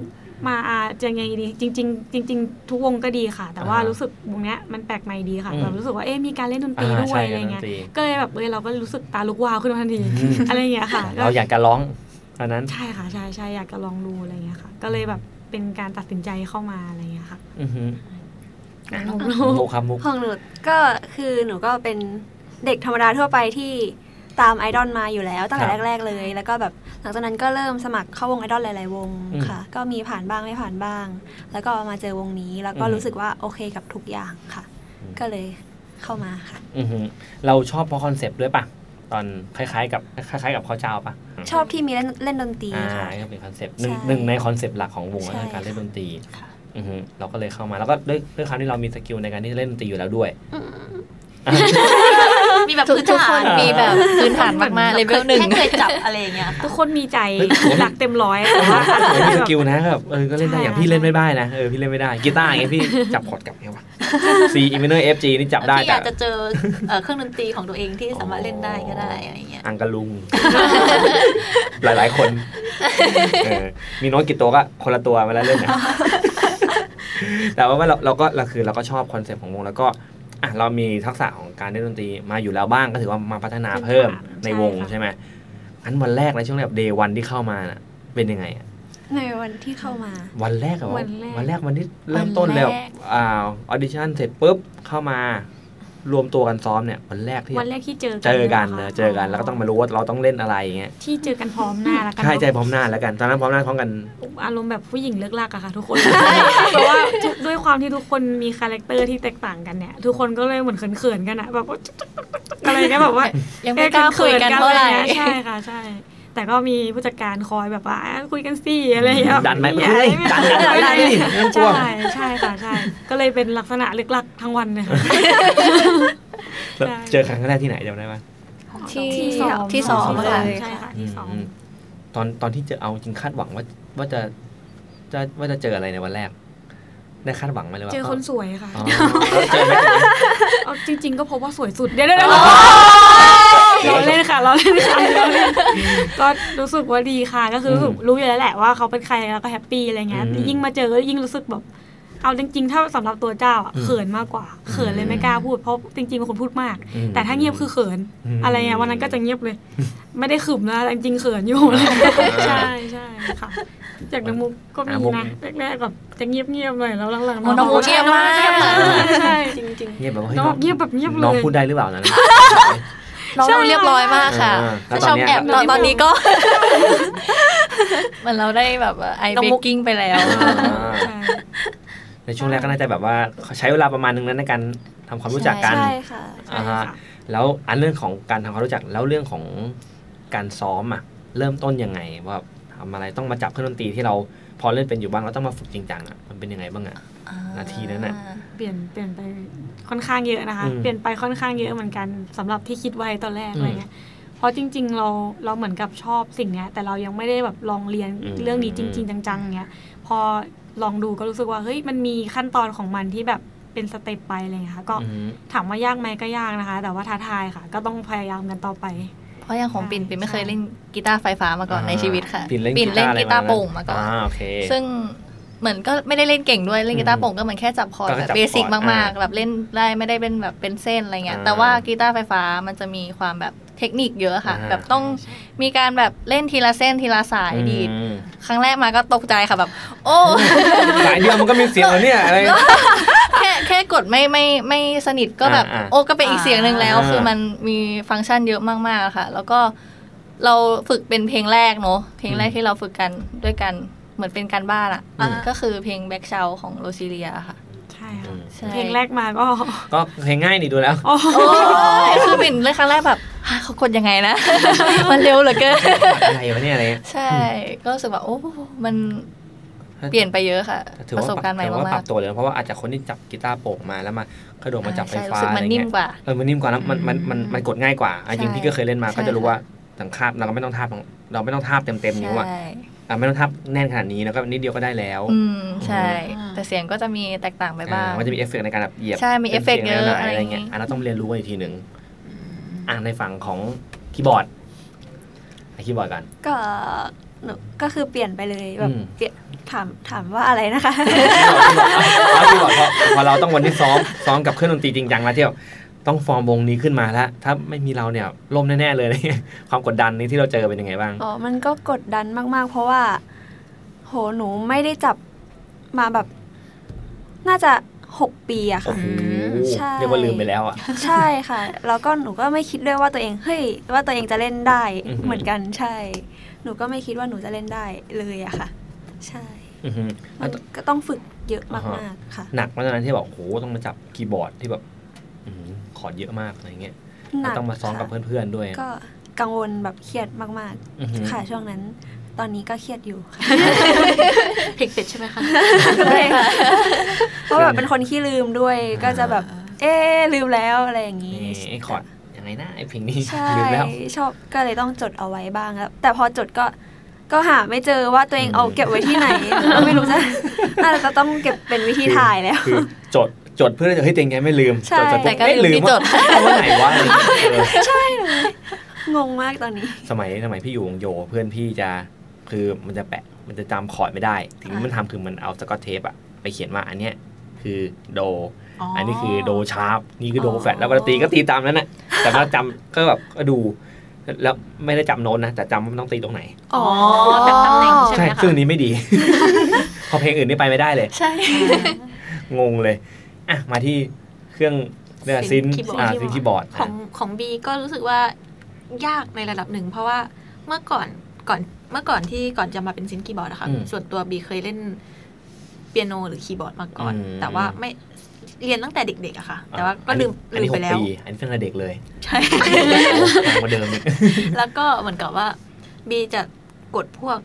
มาอาจะยังไงดีจริง ๆ จริง ๆ ทุกวงก็ดีค่ะ แต่ว่า อ่าฮะ รู้สึกวงเนี้ยมันแปลกใหม่ดีค่ะ อืม แบบรู้สึกว่าเอ๊ะมีการเล่นดนตรี อ่า ด้ว ใช่ ยอะไร ด เงี้ย นตรี ก็เลยแบบเอยเราก็รู้สึกตาลุกวาวขึ้นมาทันที อืม อะไรอย่างเงี้ยค่ะก็ เราอยากจะร้องตอนนั้น ใช่ค่ะใช่ใช่อยากจะลองดูอะไรอย่างเงี้ยค่ะ ก็เลยแบบเป็นการตัดสินใจเข้ามาอะไรอย่างเงี้ยค่ะ อือฮึ ลองดู มุกครับมุก ของหนูก็คือหนูก็เป็นเด็กธรรมดาทั่วไปที่ตามไอดอลมาอยู่แล้วตั้งคแต่รับ แรก ๆ เลย แล้วก็แบบหลังจากนั้นก็เริ่มสมัครเข้าวงไอดอลหลายๆวง อืม ค่ะ ก็มีผ่านบ้างไม่ผ่านบ้าง แล้วก็มาเจอวงนี้แล้วก็ อืม รู้สึกว่าโอเคกับทุกอย่างค่ะ อืม ก็เลยเข้ามาค่ะ อือฮึเราชอบเพราะคอนเซ็ปต์ด้วยป่ะ ตอนคล้ายๆกับคล้ายๆกับข้าวเจ้าป่ะ ชอบที่มีเล่นเล่นดนตรี อ่า ค่ะ ก็เป็นคอนเซ็ปต์หนึ่ง ใช่ หนึ่งในคอนเซ็ปต์หลักของวง ใช่ ก็คือการเล่นดนตรี ค่ะ อือฮึเราก็เลยเข้ามาแล้วก็ด้วยด้วยความที่เรามีสกิลในการที่จะเล่นดนตรีอยู่แล้วด้วย มีแบบ ทุก พื้น ทุก ฐา คน น มีแบบพื้นฐานมากๆเลเวลหนึ่ง แค่เคยจับอะไรอย่างเงี้ยค่ะ ทุกคนมีใจ เฮ้ยผม หลักเต็มร้อยแต่ว่าอาจจะ มีส แบบ กิลนะก็แบบเออก็เล่นได้ ใช่ อย่างพี่เล่นไม่ได้นะเออพี่เล่นไม่ได้กีตาร์อย่างเงี้ยพี่ จับคอร์ดกลับไงวะ C i m i n o r F G นี่จับได้ ที่อ แต่ ยากจะเจอเอ่อเครื่องดนตรีของตัวเองที่สามารถเล่นได้ก็ได้อะไรอย่างเงี้ย อังกะลุง หลายๆคนเออมีโน้ตกี่ตัวก็คนละตัวเวลาเล่นนะ แต่ว่าเราเราก็เราคือเราก็ชอบคอนเซ็ปต์ของวงแล้วก็อ่ะเรามีทักษะของการเล่นดนตรีมาอยู่แล้วบ้างก็ถือว่ามาพัฒนาเพิ่มในวง ใช่ค่ะ ใช่ไหมอันวันแรกในช่วงแบบเดย์วันที่เข้ามาน่ะเป็นยังไงอะ ในวันที่เข้ามา วันแรกเหรอ วันแรก วันแรกวันที่เริ่มต้นแล้ว วันแรก อ่าออดิชั่นเสร็จปุ๊บเข้ามา รวมตัวกันซ้อมเนี่ย วันแรกที่ วันแรกที่เจอ เจอกัน ย นะ ค่ะ เจอกันแล้วก็ต้องมารู้ว่าเราต้องเล่นอะไรอย่างเงี้ย ที่เจอกันพร้อมหน้าแล้วกัน ใช่ เนอะ ใจพร้อมหน้าแล้วกันตอนนั้นพร้อมหน้าพร้อมกัน อารมณ์แบบผู้หญิงเลิกลากอะค่ะ ทุกคนเพราะว่าทุกด้วยความที่ทุกคนมีคาแรคเตอร์ที่แตกต่างกันเนี่ยทุกคนก็เลยเหมือนเขินๆกันอะแบบว่า (laughs) อะไรเงี้ยแบบว่า ยังไม่กล้าคุยกันเท่าไหร่ ใช่ค่ะใช่ แต่ก็มีผู้จัดการคอยแบบว่าอ่ะคุยกันสิอะไรอย่างเงี้ย ดันไหม อย่า คุยดันดันดันดันดิไม่ต้องกลัว ใช่ใช่ค่ะใช่ ก็เลยเป็นลักษณะลึกลักทั้งวันเลยค่ะ แล้ว ใช่ เจอครั้งแรกที่ไหนจำได้ไหม ที่ ที่ ที่ ส ส อ อง ง ค่ะ ค่ะ ใช่ค่ะที่สอง อืมตอนตอนที่เจอเอาจริงคาดหวังว่าว่าจะจะว่าจะเจออะไรในวันแรกได้คาดหวังไหมหรือว่า เจอคนสวยค่ะ (laughs) อ๋อแล้วเจอไหมเจอไหม เอาจริง ๆ ก็พบว่าสวยสุดเดี๋ยวเดี๋ยวเดี๋ยวเราเล่นค่ะเราเล่นค่ะเราเล่นก็รู้สึกว่าดีค่ะ ก็คือรู้สึก อืม รู้อยู่แล้วแหละว่าเขาเป็นใครแล้วก็แฮปปี้อะไรเงี้ย อืม ยิ่งมาเจอก็ยิ่งรู้สึกแบบ เอาจริง ๆ ถ้าสำหรับตัวเจ้าอะ อืม เขินมากกว่าเขินเลยไม่กล้าพูดเพราะจริงๆเป็นคนพูดมาก อืม แต่ถ้าเงียบคือเขิน อืม อะไรเงี้ยวันนั้นก็จะเงียบเลย ไม่ได้ขึมนะแต่จริงๆเขิน (laughs) อยู่ ใช่ใช่ค่ะ จากน้องมุกก็มี อ่ะมุก นะแรกๆแบบจะเงียบเงียบๆหน่อยแล้วหลังๆ โอ้น้องมุกเงียบมาก ใช่ใช่ จริง เงียบแบบว่าฮ้ น้องเงียบแบบเงียบเลย น้องพูดได้หรือเปล่านะ น้องเราเรียบร้อยมากค่ะ ใช่แล้ว ชอบแอบ ตอตอน น เนี้ย ตอนนี้ก็ เหมันเราได้แบบไอ น้อง เบ มุ ก ก กิ้งไปแล้ว ใช่ ในช่วงแรกก็น่าจะแบบว่าใช้เวลาประมาณนึงนั้นในการทำความรู้จักกัน ใช่ค่ะ อ่าฮะ ใช่ค่ะ แล้วอันเรื่องของการทำความรู้จักแล้วเรื่องของการซ้อมอ่ะเริ่มต้นยังไงว่าทำอะไรต้องมาจับเครื่องดนตรีที่เราพอเล่นเป็นอยู่บ้างเราต้องมาฝึกจริงจังอ่ะมันเป็นยังไงบ้างอ่ะ นาทีนั้นน่ะ เปลี่ยนเปลี่ยนไปค่อนข้างเยอะนะคะ อืม เปลี่ยนไปค่อนข้างเยอะเหมือนกันสำหรับที่คิดไว้ตอนแรก อืม อะไรเงี้ยเพราะจริง ๆ เราเราเหมือนกับชอบสิ่งเนี้ย แต่เรายังไม่ได้แบบลองเรียน อืม เรื่องนี้จริง ๆ จังๆเงี้ยพอลองดูก็รู้สึกว่าเฮ้ยมันมีขั้นตอนของมันที่แบบเป็นสเต็ปไปอะไรเงี้ยค่ะก็ อืม ถามว่ายากไหมก็ยากนะคะ แต่ว่าท้าทายค่ะ ก็ต้องพยายามกันต่อไป เพราะอย่างของปิ่นปิ่นไม่ ใช่ เคยเล่นกีตาร์ไฟฟ้ามาก่อนในชีวิตค่ะ ปิ่นเล่น ปิ่นเล่นกีตาร์ อะไร โปร่งมาก่อน อ่โอเค ซึ่งเหมือนก็ไม่ได้เล่นเก่งด้วยเล่นกีตาร์โปร่งก็เหมือนแค่จับคอร์ด ก็ แบบ จับคอร์ด เบสิก อ่าม ากๆแบบเล่นได้ไม่ได้เป็นแบบเป็นเส้นอะไรเงี้ย อ่า แต่ว่ากีตาร์ไฟฟ้ามันจะมีความแบบเทคนิคเยอะค่ะ อ่า แบบต้องมีการแบบเล่นทีละเส้นทีละสายดีด อืม ครั้งแรกมาก็ตกใจค่ะแบบ โอ้ (laughs) สายเดียวมันก็มีเสียงแล้วเนี่ยอะไร แค่แค่กดไม่ไม่ไม่สนิทก็แบบ อ่าอ่า โอ้ก็เป็นอีกเสียงหนึ่งแล้ว อ่า คือมันมีฟังก์ชันเยอะมากๆค่ะ แล้วก็เราฝึกเป็นเพลงแรกเนอะเพลงแรก อืม ที่เราฝึกกันด้วยกันเหมือนเป็นการบ้านอะ อืม ก็คือเพลงแบ็กเชลของโรซิเลียค่ะ ใช่ อื ค่ะ ม ใช่ เพลงแรกมาก็ ก็เพลงง่ายนี่ดูแล้ว อ๋อ โอ้ยคือปิ่นเลยครั้งแรกแบบฮะเขากดยังไงนะ (laughs) มันเร็วเหลือเกิน อะไรวะเนี่ยอะไรเงี้ย ใช่ ก็รู้สึกว่าโอ้มันเปลี่ยนไปเยอะค่ะ ถือ ป ว่า ระสบการณ์ใหม่ ถือว่าป มา รับกตัวเลยนะเพราะว่าอาจจะคนที่จับกีตาร์โป่งมาแล้วมากระโดดมาจับไฟ ใช่ ฟ้า รู้สึก อะ มั ไร นนิ่ม เงี้ย กว่า เออมันนิ่มกว่าแล้วมันมันมันมันกดง่ายกว่าอ่ะจริงพี่ก็เคยเล่นมา ใช่ ก็จะรู้ ค่ะ ว่าต่างคาบเราก็ไม่ต้องทาบของเราไม่ต้องทาบเต็มเต็มๆนิ้วอะ ใช่ อ่ะไม่ต้องทาบแน่นขนาดนี้แล้วก็นิดเดียวก็ได้แล้ว อืมใช่ อ่า แต่เสียงก็จะมีแตกต่างไป อ่า บ้าง มันจะมีเอฟเฟกต์ในการแบบเหยียบ ใช่มีเอฟเฟกต์ สีง เยอะ หน่ๆ อะไร อะไร อย่างงี้ เงี้ยอันนั้นต้องเรียนรู้กันอีกทีหนึ่งอ่าในฝั่งของคีย์บอร์ดอ่ะคีย์บอร์ดกัน ก็หนูก็คือเปลี่ยนไปเลยแบบ อืม เปลี่ยนถามถามว่าอะไรนะคะ คีย์บอร์ดเอาคีย์บอร์ดพอพอเราต้องวันที่ซ้อมซ้อมกับเครื่องดนตรีจริงจังแล้วเที่ยวต้องฟอร์มวงนี้ขึ้นมาแล้ว ถ้าไม่มีเราเนี่ยล่มแน่ ๆ เลยอะไร (laughs) เงี้ยความกดดันนี้ที่เราเจอเป็นยังไงบ้าง อ๋อ มันก็กดดันมากๆ เพราะว่า โห หนูไม่ได้จับมาแบบ น่าจะหกปีอะ โอ้โค่ะห ใช่ เรียกว่าลืมไปแล้วอ่ะ ใช่ค่ะ แล้วก็หนูก็ไม่คิดด้วยว่าตัวเอง เฮ้ย ว่าตัวเองจะเล่นได้ อือหือ เหมือนกัน ใช่ หนูก็ไม่คิดว่าหนูจะเล่นได้เลยอะค่ะ ใช่ อื้อหือแล้มัว น ต ก็ต้องฝึกเยอะมากๆ ค่ะ หนักมากตอนนั้นที่แบบโอ้โหต้องมาจับคีย์บอร์ดที่แบบอื้อหือคอร์ดเยอะมากอะไรเงี้ย ห แล้ นั วต้องมาซ้อมกับ ค่ะ เพื่อนๆด้วย ก็กังวลแบบเครียดมาก อื้อหือ ๆ ค่ะ ช่วงนั้น ตอนนี้ก็เครียดอยู่ค่ะ เพลงเป็ดใช่ไหมคะ เพราะแบบเป็นคนขี้ลืมด้วย ก็จะแบบ เอ๊ะลืมแล้วอะไรอย่างนี้ นี่ไอ้คอร์ดยังไงนะไอ้เพลงนี้ ใช่ ลืมแล้ว ชอบก็เลยต้องจดเอาไว้บ้างแล้วแต่พอจดก็ก็หาไม่เจอว่าตัวเองเอา อืม เก็บไว้ (laughs) ที่ไหน ก็ไม่รู้จะน่าจะต้องเก็บเป็นวิธีถ่ายแล้ว คือจดจดเพื่อจะให้ยตัวเองไงไม่ลืม ใช่ จด แต่ก็ลืมที่จด เอาไว้ไหนวะอะไรอย่างเงี้ยเออง งมากตอนนี้ สมัยสมัยพี่อยู่วงโยเพื่อนพี่จะคือมันจะแปะมันจะจำคอร์ดไม่ได้ถึงที่มันทำคือมันเอาสกอตเทปอะไปเขียนว่าอันเนี้ยคือโด อันนี้คือโดชาร์ปนี่คือโดแฟลตแล้วเวลาตีก็ตีตามนั้นน่ะแต่ว่าจำก็แบบก็ดูแล้วไม่ได้จำโน้ตนะ แต่จำว่ามันต้องตีตรงไหน อ๋อแบบตำแหน่งใช่ไหมคะ ซึ่งอันนี้ไม่ (laughs) ดี พอเพลงอื่นนี่ไปไม่ได้เลย ใช่ งงเลย อ่ะ มาที่เครื่องเรียกว่าซิน Synth keyboard อ่าซินคีย์บอร์ด ของของบีก็รู้สึกว่ายากในระดับหนึ่ง เพราะว่าเมื่อก่อนก่อนเมื่อก่อนที่ก่อนจะมาเป็นซินคีย์บอร์ดนะคะ อืม ส่วนตัวบีเคยเล่นเปียโนหรือคีย์บอร์ดมาก่อน อืม แต่ว่าไม่เรียนตั้งแต่เด็กๆอะค่ะ แต่ว่าก็ลืม อัน ลื นี้ ม ห ไป ก แล้ว ปีอันนี้ตั้งแต่เด็กเลย ใช่ (laughs) (laughs) แพงกว่าเดิมอีก (coughs) แล้วก็เหมือนกับว่าบีจะกดพวก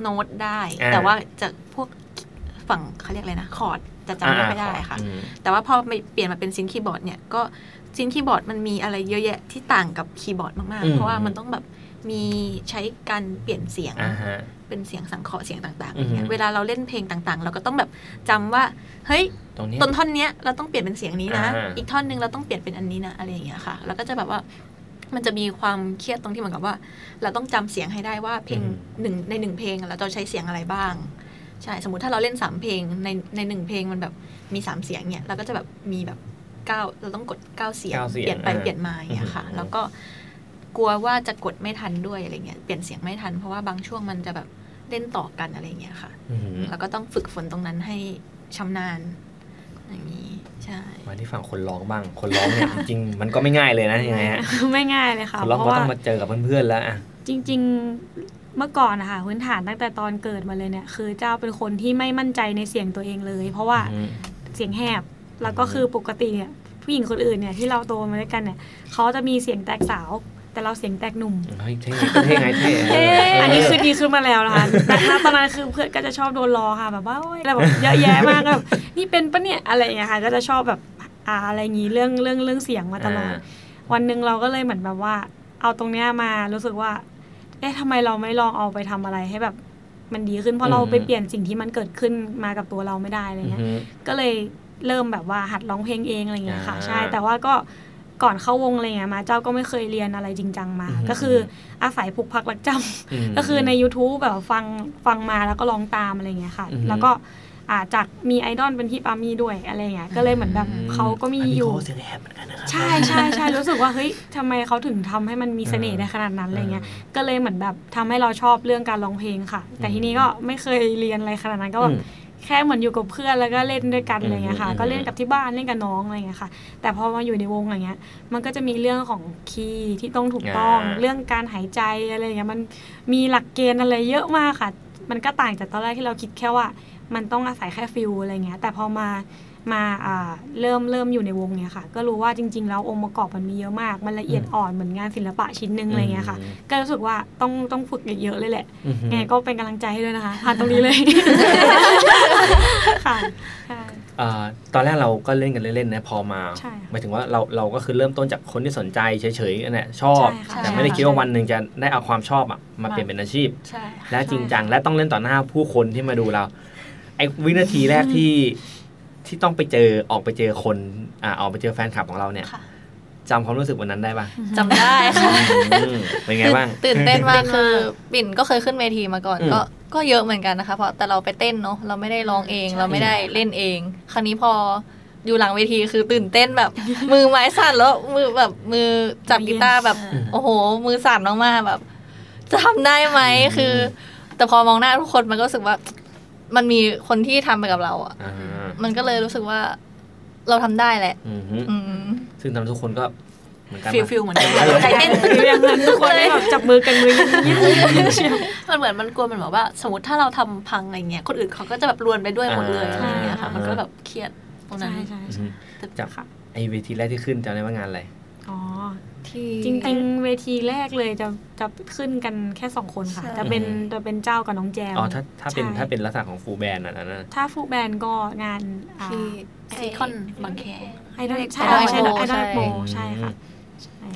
โน้ตได้ อ่า แต่ว่าจะพวกฝั่งเขาเรียกอะไรนะคอร์ดจะจำไม่ค่อยได้ค่ะ อืม แต่ว่าพอไปเปลี่ยนมาเป็นซินคีย์บอร์ดเนี่ยก็ซินคีย์บอร์ดมันมีอะไรเยอะแยะที่ต่างกับคีย์บอร์ดมากๆ เพราะว่ามันต้องแบบมีใช้การเปลี่ยนเสียง อ่าฮะ เป็นเสียงสังเคราะห์เสียงต่างๆ อือฮึ เนี่ยเวลาเราเล่นเพลงต่างๆ เราก็ต้องแบบจำว่าเฮ้ย ตรงเนี้ย ต้นท่อนเนี้ยเราต้องเปลี่ยนเป็นเสียงนี้นะ อ่า อีกท่อนหนึงเราต้องเปลี่ยนเป็นอันนี้นะอะไรอย่างเงี้ยค่ะ แล้วก็จะแบบว่ามันจะมีความเครียดตรงที่เหมือนกับว่า เราต้องจำเสียงให้ได้ว่าเพลงหนึ่งในหนึ่งเพลงเราจะใช้เสียงอะไรบ้าง ใช่ สมมติถ้าเราเล่นสามเพลงในในหนึ่งเพลงมันแบบมีสามเสียงเนี่ยเราก็จะแบบมีแบบเก้าเราต้องกดเก้าเสียง เก้าเสียง เปลี่ยนไป อ่า เปลี่ยนมาอย่างเงี้ยค่ะ อืม แล้วก็กลัวว่าจะกดไม่ทันด้วยอะไรเงี้ยเปลี่ยนเสียงไม่ทันเพราะว่าบางช่วงมันจะแบบเล่นต่อกันอะไรเงี้ยค่ะ อืม แล้วก็ต้องฝึกฝนตรงนั้นให้ชำนาญอย่างนี้ใช่ มาที่ฝั่งคนร้องบ้าง คนร้องเนี่ยจริงๆมันก็ไม่ง่ายเลยนะยังไงฮะ ไม่ง่ายเลยค่ะ คนร้อง เพราะ ก็ ว่า ต้องมาเจอกับเพื่อนๆแล้วอ่ะ จริง ๆ เมื่อก่อนนะคะพื้นฐานตั้งแต่ตอนเกิดมาเลยเนี่ย คือเจ้าเป็นคนที่ไม่มั่นใจในเสียงตัวเองเลย เพราะว่าเสียงแหบ แล้วก็คือปกติเนี่ยผู้หญิงคนอื่นเนี่ยที่เราโตมาด้วยกันเนี่ยเขาจะมีเสียงแตกสาว แต่เราเสียงแตกหนุ่ม เฮ้ยเท่ไงก็เท่ไงเท่ เอ๊ะอันนี้คือดีขึ้นมาแล้วนะคะณตอนนั้นคือเพื่อนก็จะชอบโดนล้อค่ะ แบบว่าโอ๊ยอะไรแบบเยอะแยะมากแบบนี่เป็นปะเนี่ยอะไรอย่างเงี้ยค่ะ ก็จะชอบแบบอ่าอะไรอย่างงี้เรื่องเรื่องเรื่องเสียงมาตลอด วันหนึ่งเราก็เลยเหมือนแบบว่า เอาตรงเนี้ยมารู้สึกว่า เอ๊ะทำไมเราไม่ลองเอาไปทำอะไรให้แบบ มันดีขึ้นเพราะเราไปเปลี่ยนสิ่งที่มันเกิดขึ้นมากับตัวเราไม่ได้อะไร อือ เงี้ย ฮึ ก็เลยเริ่มแบบว่าหัดร้องเพลงเองอะไรเงี้ยค่ะ อ่า ใช่แต่ว่าก็ก่อนเข้าวงอะไรเงี้ยมาเจ้าก็ไม่เคยเรียนอะไรจริงจังมา อือหือ ก็คืออาศัยผูกพักรักจำ ม ก็คือใน YouTube แบบฟังฟังมาแล้วก็ร้องตามอะไรเงี้ยค่ะ อือฮึ แล้วก็อาจากมีไอดอลเป็นพี่ปามี่ด้วยอะไรเงี้ยก็เลยเหมือนแบบเขาก็มี นนี้ อยู่ เขาเสียงแหบเหมือนกันนะครับ ใช่ใช่ใช่รู้สึกว่าเฮ้ยทำไมเขาถึงทำให้มันมีเสน่ห์ได้ขนาดนั้นอะไรเงี้ยก็เลยเหมือนแบบทำให้เราชอบเรื่องการร้องเพลงค่ะ แต่ทีนี้ก็ไม่เคยเรียนอะไรขนาดนั้นก็แบบ แค่เหมือนอยู่กับเพื่อนแล้วก็เล่นด้วยกัน อืม อะไรเงี้ยค่ะ อืม ก็เล่นกับที่บ้านเล่นกับน้องอะไรเงี้ยค่ะ แต่พอมาอยู่ในวงอะไรเงี้ย มันก็จะมีเรื่องของคีย์ที่ต้องถูกต้อง อ่า เรื่องการหายใจอะไรเงี้ยมันมีหลักเกณฑ์อะไรเยอะมากค่ะ มันก็ต่างจากตอนแรกที่เราคิดแค่ว่า มันต้องอาศัยแค่ฟิลอะไรเงี้ย แต่พอมา มาอ่าเริ่มเริ่มอยู่ในวงเนี่ยค่ะ ก็รู้ว่าจริง ๆ แล้วองค์ประกอบมันมีเยอะมาก มันละเอียดอ่อนเหมือนงานศิลปะชิ้นหนึงอะไรเงี้ยค่ะ ก็รู้สึกว่าต้องต้องฝึกเยอะๆเลยแหละ อืม ยังไงก็เป็นกำลังใจให้ด้วยนะคะผ่านตรงนี้เลย ค่ะใช่ เอ่อตอนแรกเราก็เล่นกันเล่นๆนะพอมา ใช่ค่ะ หมายถึงว่าเราเราก็คือเริ่มต้นจากคนที่สนใจเฉยๆอันเนี้ยชอบ ใช่ค่ะ แต่ไม่ได้ ใช่ค่ะ คิดว่าวันหนึ่งจะได้เอาความชอบอะมา มา เปลี่ยนเป็นอาชีพ ใช่ค่ะ และจริงจังและต้องเล่นต่อหน้าผู้คนที่มาดูเรา ไอ้วินาทีแรกที่ที่ต้องไปเจอออกไปเจอคนอ่าออกไปเจอแฟนคลับของเราเนี่ย ค่ะ จำความรู้สึกวันนั้นได้ป่ะ จำได้ค่ะ อืมเป็นไงบ้าง ตื่นเต้นมากคือปิ่นก็เคยขึ้นเวทีมาก่อน อืม ก็ก็เยอะเหมือนกันนะคะเพราะแต่เราไปเต้นเนาะเราไม่ได้ร้องเอง ใช่ เราไม่ได้เล่นเอง คราวนี้พออยู่หลังเวทีคือตื่นเต้นแบบ (laughs) มือไม้สั่นแล้วมือแบบมือจับกีตาร์แบบ อืม โอ้โห มือสั่นมากๆแบบจะทำได้ไหมคือ แต่พอมองหน้าทุกคนมันก็รู้สึกว่า มันมีคนที่ทำไปกับเราอ่ะ อ่า มันก็เลยรู้สึกว่า เราทำได้แหละ อือฮึ อืม ซึ่งตอนนั้นทุกคนก็เหมือนกัน ฟิล นะ ฟิลเห (laughs) มือนกัน เออ ใจเต้น หรือยังไงทุกคนได้แบบจับมือกันมือยิ้มยิ้มยิ้มเชียว มันเหมือนมันกลัวมันแบบว่า สมมติถ้าเราทำพังอะไรเงี้ยคนอื่นเขาก็จะแบบรวนไปด้วยหมดเลย อ่า อะไรเงี้ยค่ะ มันก็แบบเครียดตรงนั้ ใช่ น ใช่ อือ ใช่ ฮึ จับ ค่ะ ไอ้เวทีแรกที่ขึ้นจำได้ว่างานอะไร อ๋อ ที่ จริงๆเวทีแรกเลยจะจะขึ้นกันแค่สองคนค่ะ ใช่ จะเป็น อืม จะเป็นเจ้ากับน้องแจม อ๋อถ้าถ้าเป็น ใช่ ถ้าเป็นลักษณะของฟูลแบนด์อ่ะนะ ถ้าฟูแบนก็งานอ่า ที่ ซีคอนบางแค ไอดอลใช่ Idol ใช่ไอดอ Expo ลโป ใช่ ใช่ค่ะ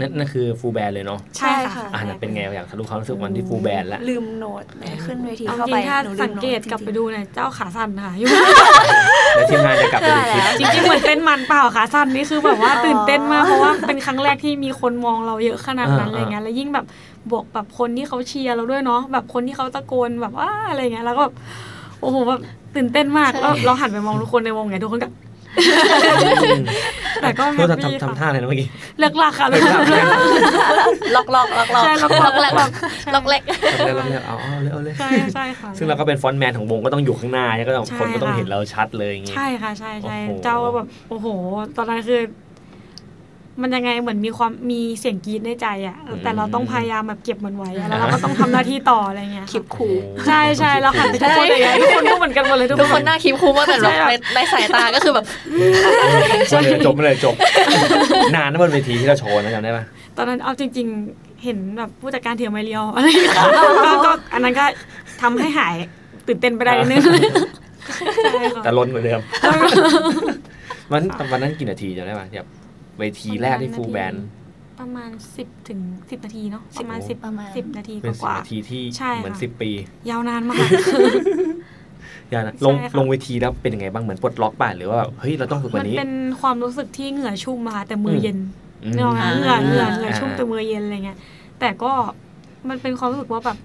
นั่นนั่นคือฟูลแบนด์เลยเนาะ ใช่ค่ะ อ่านะเป็นไงอยากทะลุความรู้สึกวันที่ฟูลแบน (laughs) ด์ละ ลืมโน้ตแม่ขึ้นเวที เอา เข้า จ ไป ริงๆถ้า หนูลื สังมโน้ต เกตกลับ จริงๆ ไปดูเนี่ยเจ้าขาสั้นนะคะอยู่ แล้วทีมงานจะกลับไปดูคลิป จริงๆเหมือนเป็นมันเปล่าขาสั้นนี่คือแบบว่า อ๋อ ตื่นเต้นมากเพราะว่าเป็นครั้งแรกที่มีคนมองเราเยอะขนาดนั้น อ่า อะไรเงี้ยแล้วยิ่งแบบบวกแบบคนที่เขาเชียร์เราด้วยเนาะแบบคนที่เขาตะโกนแบบว่าอะไรเงี้ยแล้วก็แบบโอ้โหแบบตื่นเต้นมากแล้วเราหันไปมองทุกคนในวงไงทุกคนก็ แต่ก็แฮ พูด ป ทำ ปี้ ทำทำค่ะท่าอะไรนะเมื่อกี้ เลิกลากค่ะเลิกลาก ล็อกๆล็อกล็อกล็อก ใช่ล็อกล็อกล็อกล็อก ล็อกเล็ก ทำเลยเราเนี่ยเอาเอาเลยเอาเลย ใช่ใช่ค่ะ ซึ่งเราก็เป็นฟอนต์แมนของวงก็ต้องอยู่ข้างหน้าเนี่ยก็ต้อง ใช่ คนก็ต้อง ค่ะ เห็นเราชัดเลยอย่างงี้ ใช่ค่ะใช่ใช่ โอ้โห เจ้าก็แบบโอ้โห ตอนนั้นคือ มันยังไงเหมือนมีความมีเสียงกรีดในใจอะแต่เราต้องพยายามแบบเก็บมันไว้อะแล้วเราก็ต้องทำหน้าที่ต่ออะไรเงี้ย คลิปคู ใช่ใช่เราหันไปทุกคนเลยอะทุกคนก็เหมือนกันหมดเลยทุก ทุก ค คน นหน้าคิมคุ้มมากแต่แบบ ใช่อะ ในในสายตาก็คือแบบ มาเลยจบมาเลยจบ นานนะบนเวทีที่เราโชว์นะจำได้ปะ ตอนนั้นเอาจริง ๆ เห็นแบบผู้จัดการเถือไม้เรียวอะไรอย่างเงี้ยก็ก็อันนั้นก็ทำให้หายตื่นเต้น (laughs) ไปได้นิดนึงใช่ค่ะ แต่ล้นเหมือนเดิม วันวันนั้นกี่นาทีจำได้ปะแบบเวทีแรกที่ฟูลแบนด์ ประมาณ 10ถึง10 นาทีเนาะประมาณ โอ้ 10 ประมาณ 10 นาที เป็น ก สิบ ว่า นาทีที่ ใช่ เหมือน ค่ะ สิบปี ๆยาวนานมาก ยาวนะ ใช่ ลง ค่ะ ลงเวทีแล้วเป็นยังไงบ้างเหมือนปลดล็อกป่ะหรือว่าแบบเฮ้ยเราต้องฝึกก มั ว่าน นี้ เป็นความรู้สึกที่เหงื่อชุ่มมาแต่มือเย็น อืม เนกอะเหงื่อเหงื่อเหงื่ออา ชุ่มแต่มือเย็นอะไรเงี้ยแต่ก็มันเป็นความรู้สึกว่าแบบ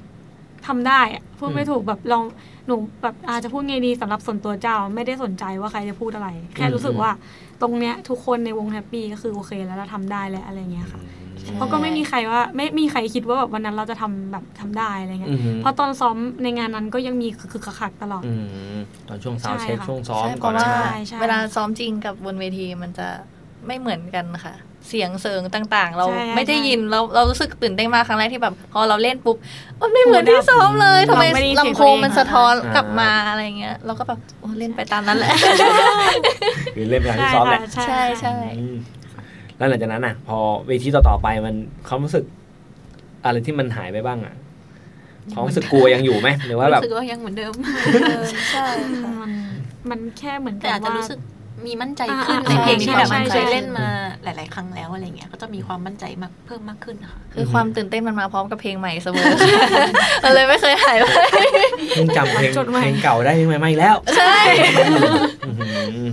ทำได้อะพูดไม่ อืม ถูกแบบลองหนูแบบอาจจะพูดไงดีสำหรับส่วนตัวเจ้าไม่ได้สนใจว่าใครจะพูดอะไร แค่ อืม รู้สึกว่าตรงเนี้ยทุกคนในวงแฮปปี้ก็คือโอเคแล้วเราทำได้แล้วอะไรเงี้ยค่ะเพราะก็ไม่มีใครว่าไม่มีใครคิดว่าแบบวันนั้นเราจะทำแบบทำได้อะไรเงี้ย อือฮึ เพราะตอนซ้อมในงานนั้นก็ยังมีคือคักๆตลอด อืมตอนช่วงซาวด์เช็ค ใช่ค่ะ ช่วงซ้อม ใช่เพ ก่อน ราะว่า ใช่ไหม ใช่ เวลาซ้อมจริงกับบนเวทีมันจะไม่เหมือนกันค่ะ เสียงเสริงต่างๆ เรา ใช่ใช่ ไม่ได้ยินเราเรารู้สึกตื่นเต้นมากครั้งแรกที่แบบ พอเราเล่นปุ๊บมันไม่เหมือนที่ซ้อมเลยทำไม เราไม่ได้ยินเสียง ลำโพ ตัว ง เอง มันสะท้อน อ่าก ก ลับมาอะไรเงี้ยเราก็แบบโอ้เล่นไปตามนั้นแหละ หรือเล่นไปทางที่ซ้ใช่อมแห ค่ะ ละ ใช่ ใช่ ค่ะ ใช่ อืมแล้วหลังจากนั้นอ่ะ พอเวทีต่อๆไปมันความรู้สึก อะไรที่มันหายไปบ้างอ่ะความรู้สึกกลัวยังอยู่ไหมหรือว่าแบบ รู้สึกว่ายังเหมือนเดิม (laughs) เออใช่ค่ะ มันมันแค่เหมือนกั แต่ น อาจจะ ว่า รู้สึกมีมั่นใจขึ้น อ่า ในเพลงที่แบบ ใช่ มัน ใช่ เคยเล่นมาหลาย ๆ ครั้งแล้วอะไรเงี้ยก็จะมีความมั่นใจมากเพิ่มมากขึ้นค่ะ คือความตื่นเต้นมันมาพร้อมกับเพลงใหม่เสมอ (laughs) มันเลยไม่เคยหายไป ยังจำเพลง จดไว้ เพลงเก่าได้ไหมไม่แล้ว ใช่ อื้อหือ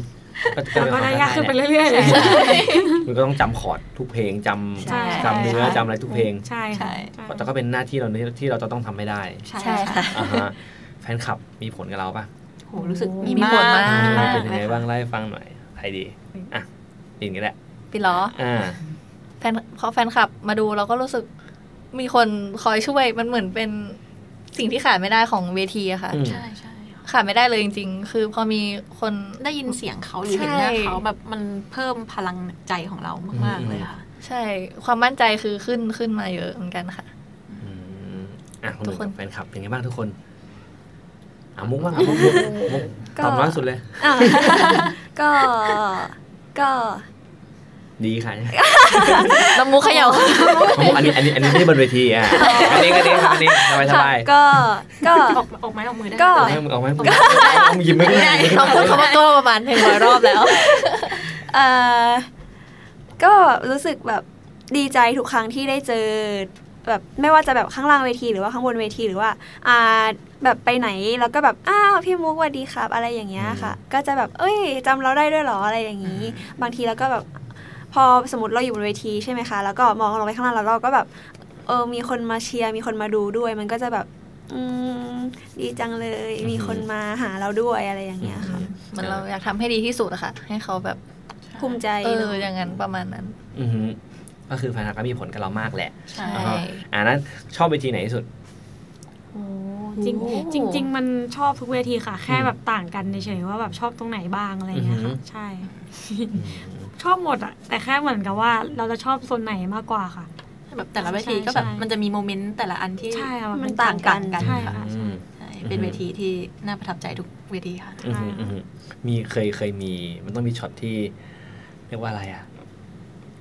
มันก็ เป็ ได้ นควม ยากขึ้นไป แหละ เรื่อยๆ มันก็ต้องจำคอร์ดทุกเพลงจำ ใช่ จำเนื้อจำอะไรทุกเพลง ใช่ค่ะใช่ แต่ก็เป็นหน้าที่เราที่ที่เราจะต้องทำให้ได้ ใช่ค่ะ อ่าฮะแฟนคลับมีผลกับเราป่ะ โหรู้สึก มี มี ผ ผ ล ล มาม าก ก เป็นยัง เล ไง ย บ้างค่ะไล่าให้ฟังหน่อยใครดีอ่ะดีนี้แหละ พี่ล้อ อ่า แฟนพอแฟนคลับมาดูเราก็รู้สึกมีคนคอยช่วยมันเหมือนเป็นสิ่งที่ขาดไม่ได้ของเวทีอะค่ะ อืม ใช่ใช่ค่ะ ขาดไม่ได้เลยจริง ๆ คือพอมีคน ได้ยินเสียงเขาหรือ ใช่ เห็นหน้าเขาแบบมันเพิ่มพลังใจของเรามาก ๆ เลยค่ะ ใช่ความมั่นใจคือขึ้นขึ้นมาเยอะเหมือนกัน (laughs) ค่ะ อืมอ่ะคนหนึ่ง ทุกคน แฟนคลับเป็นไงบ้างทุกคนอ่ะมุกบ้างอ่ะมุกมุกมุก ก็ ตอบน้อยสุดเลย อ่ะ (laughs) ก็ก็ ดีค่ะ (laughs) น้ำมูกเขย่า อันนี้อันนี้อันนี้ไม่ได้บนเวทีอ่ะอันนี้อันนี้อันนี้สบายส ค่ะ บาย ก็ก็ ออกออกไม้ออกมือได้ ก็ เอาไหมมึงเอาไหมมึงเอามึงหยิบไม่ นี่ ได้ ไงเขาพูดคำว่าก็ประมาณหนึ่งร้อยรอบแล้ว เอ่อก็รู้สึกแบบดีใจทุกครั้งที่ได้เจอ แบบไม่ว่าจะแบบข้างล่างเวทีหรือว่าข้างบนเวทีหรือว่าอ่าแบบไปไหนแล้วก็แบบอ้าวพี่มุกสวัสดีครับ อะไรอย่างเงี้ยค่ะ ก็จะแบบเอ้ยจำเราได้ด้วยเหรออะไรอย่างนี้ บางทีแล้วก็แบบพอสมมติเราอยู่บนเวทีใช่ไหมคะ แล้วก็มองลงไปข้างล่างแล้วเราก็แบบเออมีคนมาเชียร์มีคนมาดูด้วย มันก็จะแบบ อืมดีจังเลยมีคนมาหาเราด้วยอะไรอย่างเงี้ยค่ะ (laughs) เหมันเราอยากทำให้ดีที่สุดอะค่ะ ให้เขาแบบ ภูมิใจ เอ เน อ อะ อย่างนั้นประมาณนั้น อือหือก็คือแฟนคลับก็มีผลกับเรามากแหละ ใช่ ใช่ อ่านั้นชอบเวทีไหนที่สุด โอ้จริง โอ้ จริง ๆ มันชอบทุกเวทีค่ะ แค่แบบต่างกันเฉยๆว่าแบบชอบตรงไหนบ้างอะไรเงี้ย อือ ค่ะ หือ ใช่ ชอบหมดอะแต่แค่เหมือนกับว่าเราจะชอบโซนไหนมากกว่าค่ะ แบบแต่ละเวทีก็แบบ ใช่ใช่ มันจะมีโมเมนต์แต่ละอันที่ ใช่ค่ะแบบ มัน ต่า ต่าง ง กัน กัน ใช่ ค่ะ ค่ะ อืม ใช่เป็นเวทีที่น่าประทับใจทุกเวทีค่ะ อือหืออือหือมีเคยเคยมี มันต้องมีช็อตที่ เรียกว่าอะไรอ่ะ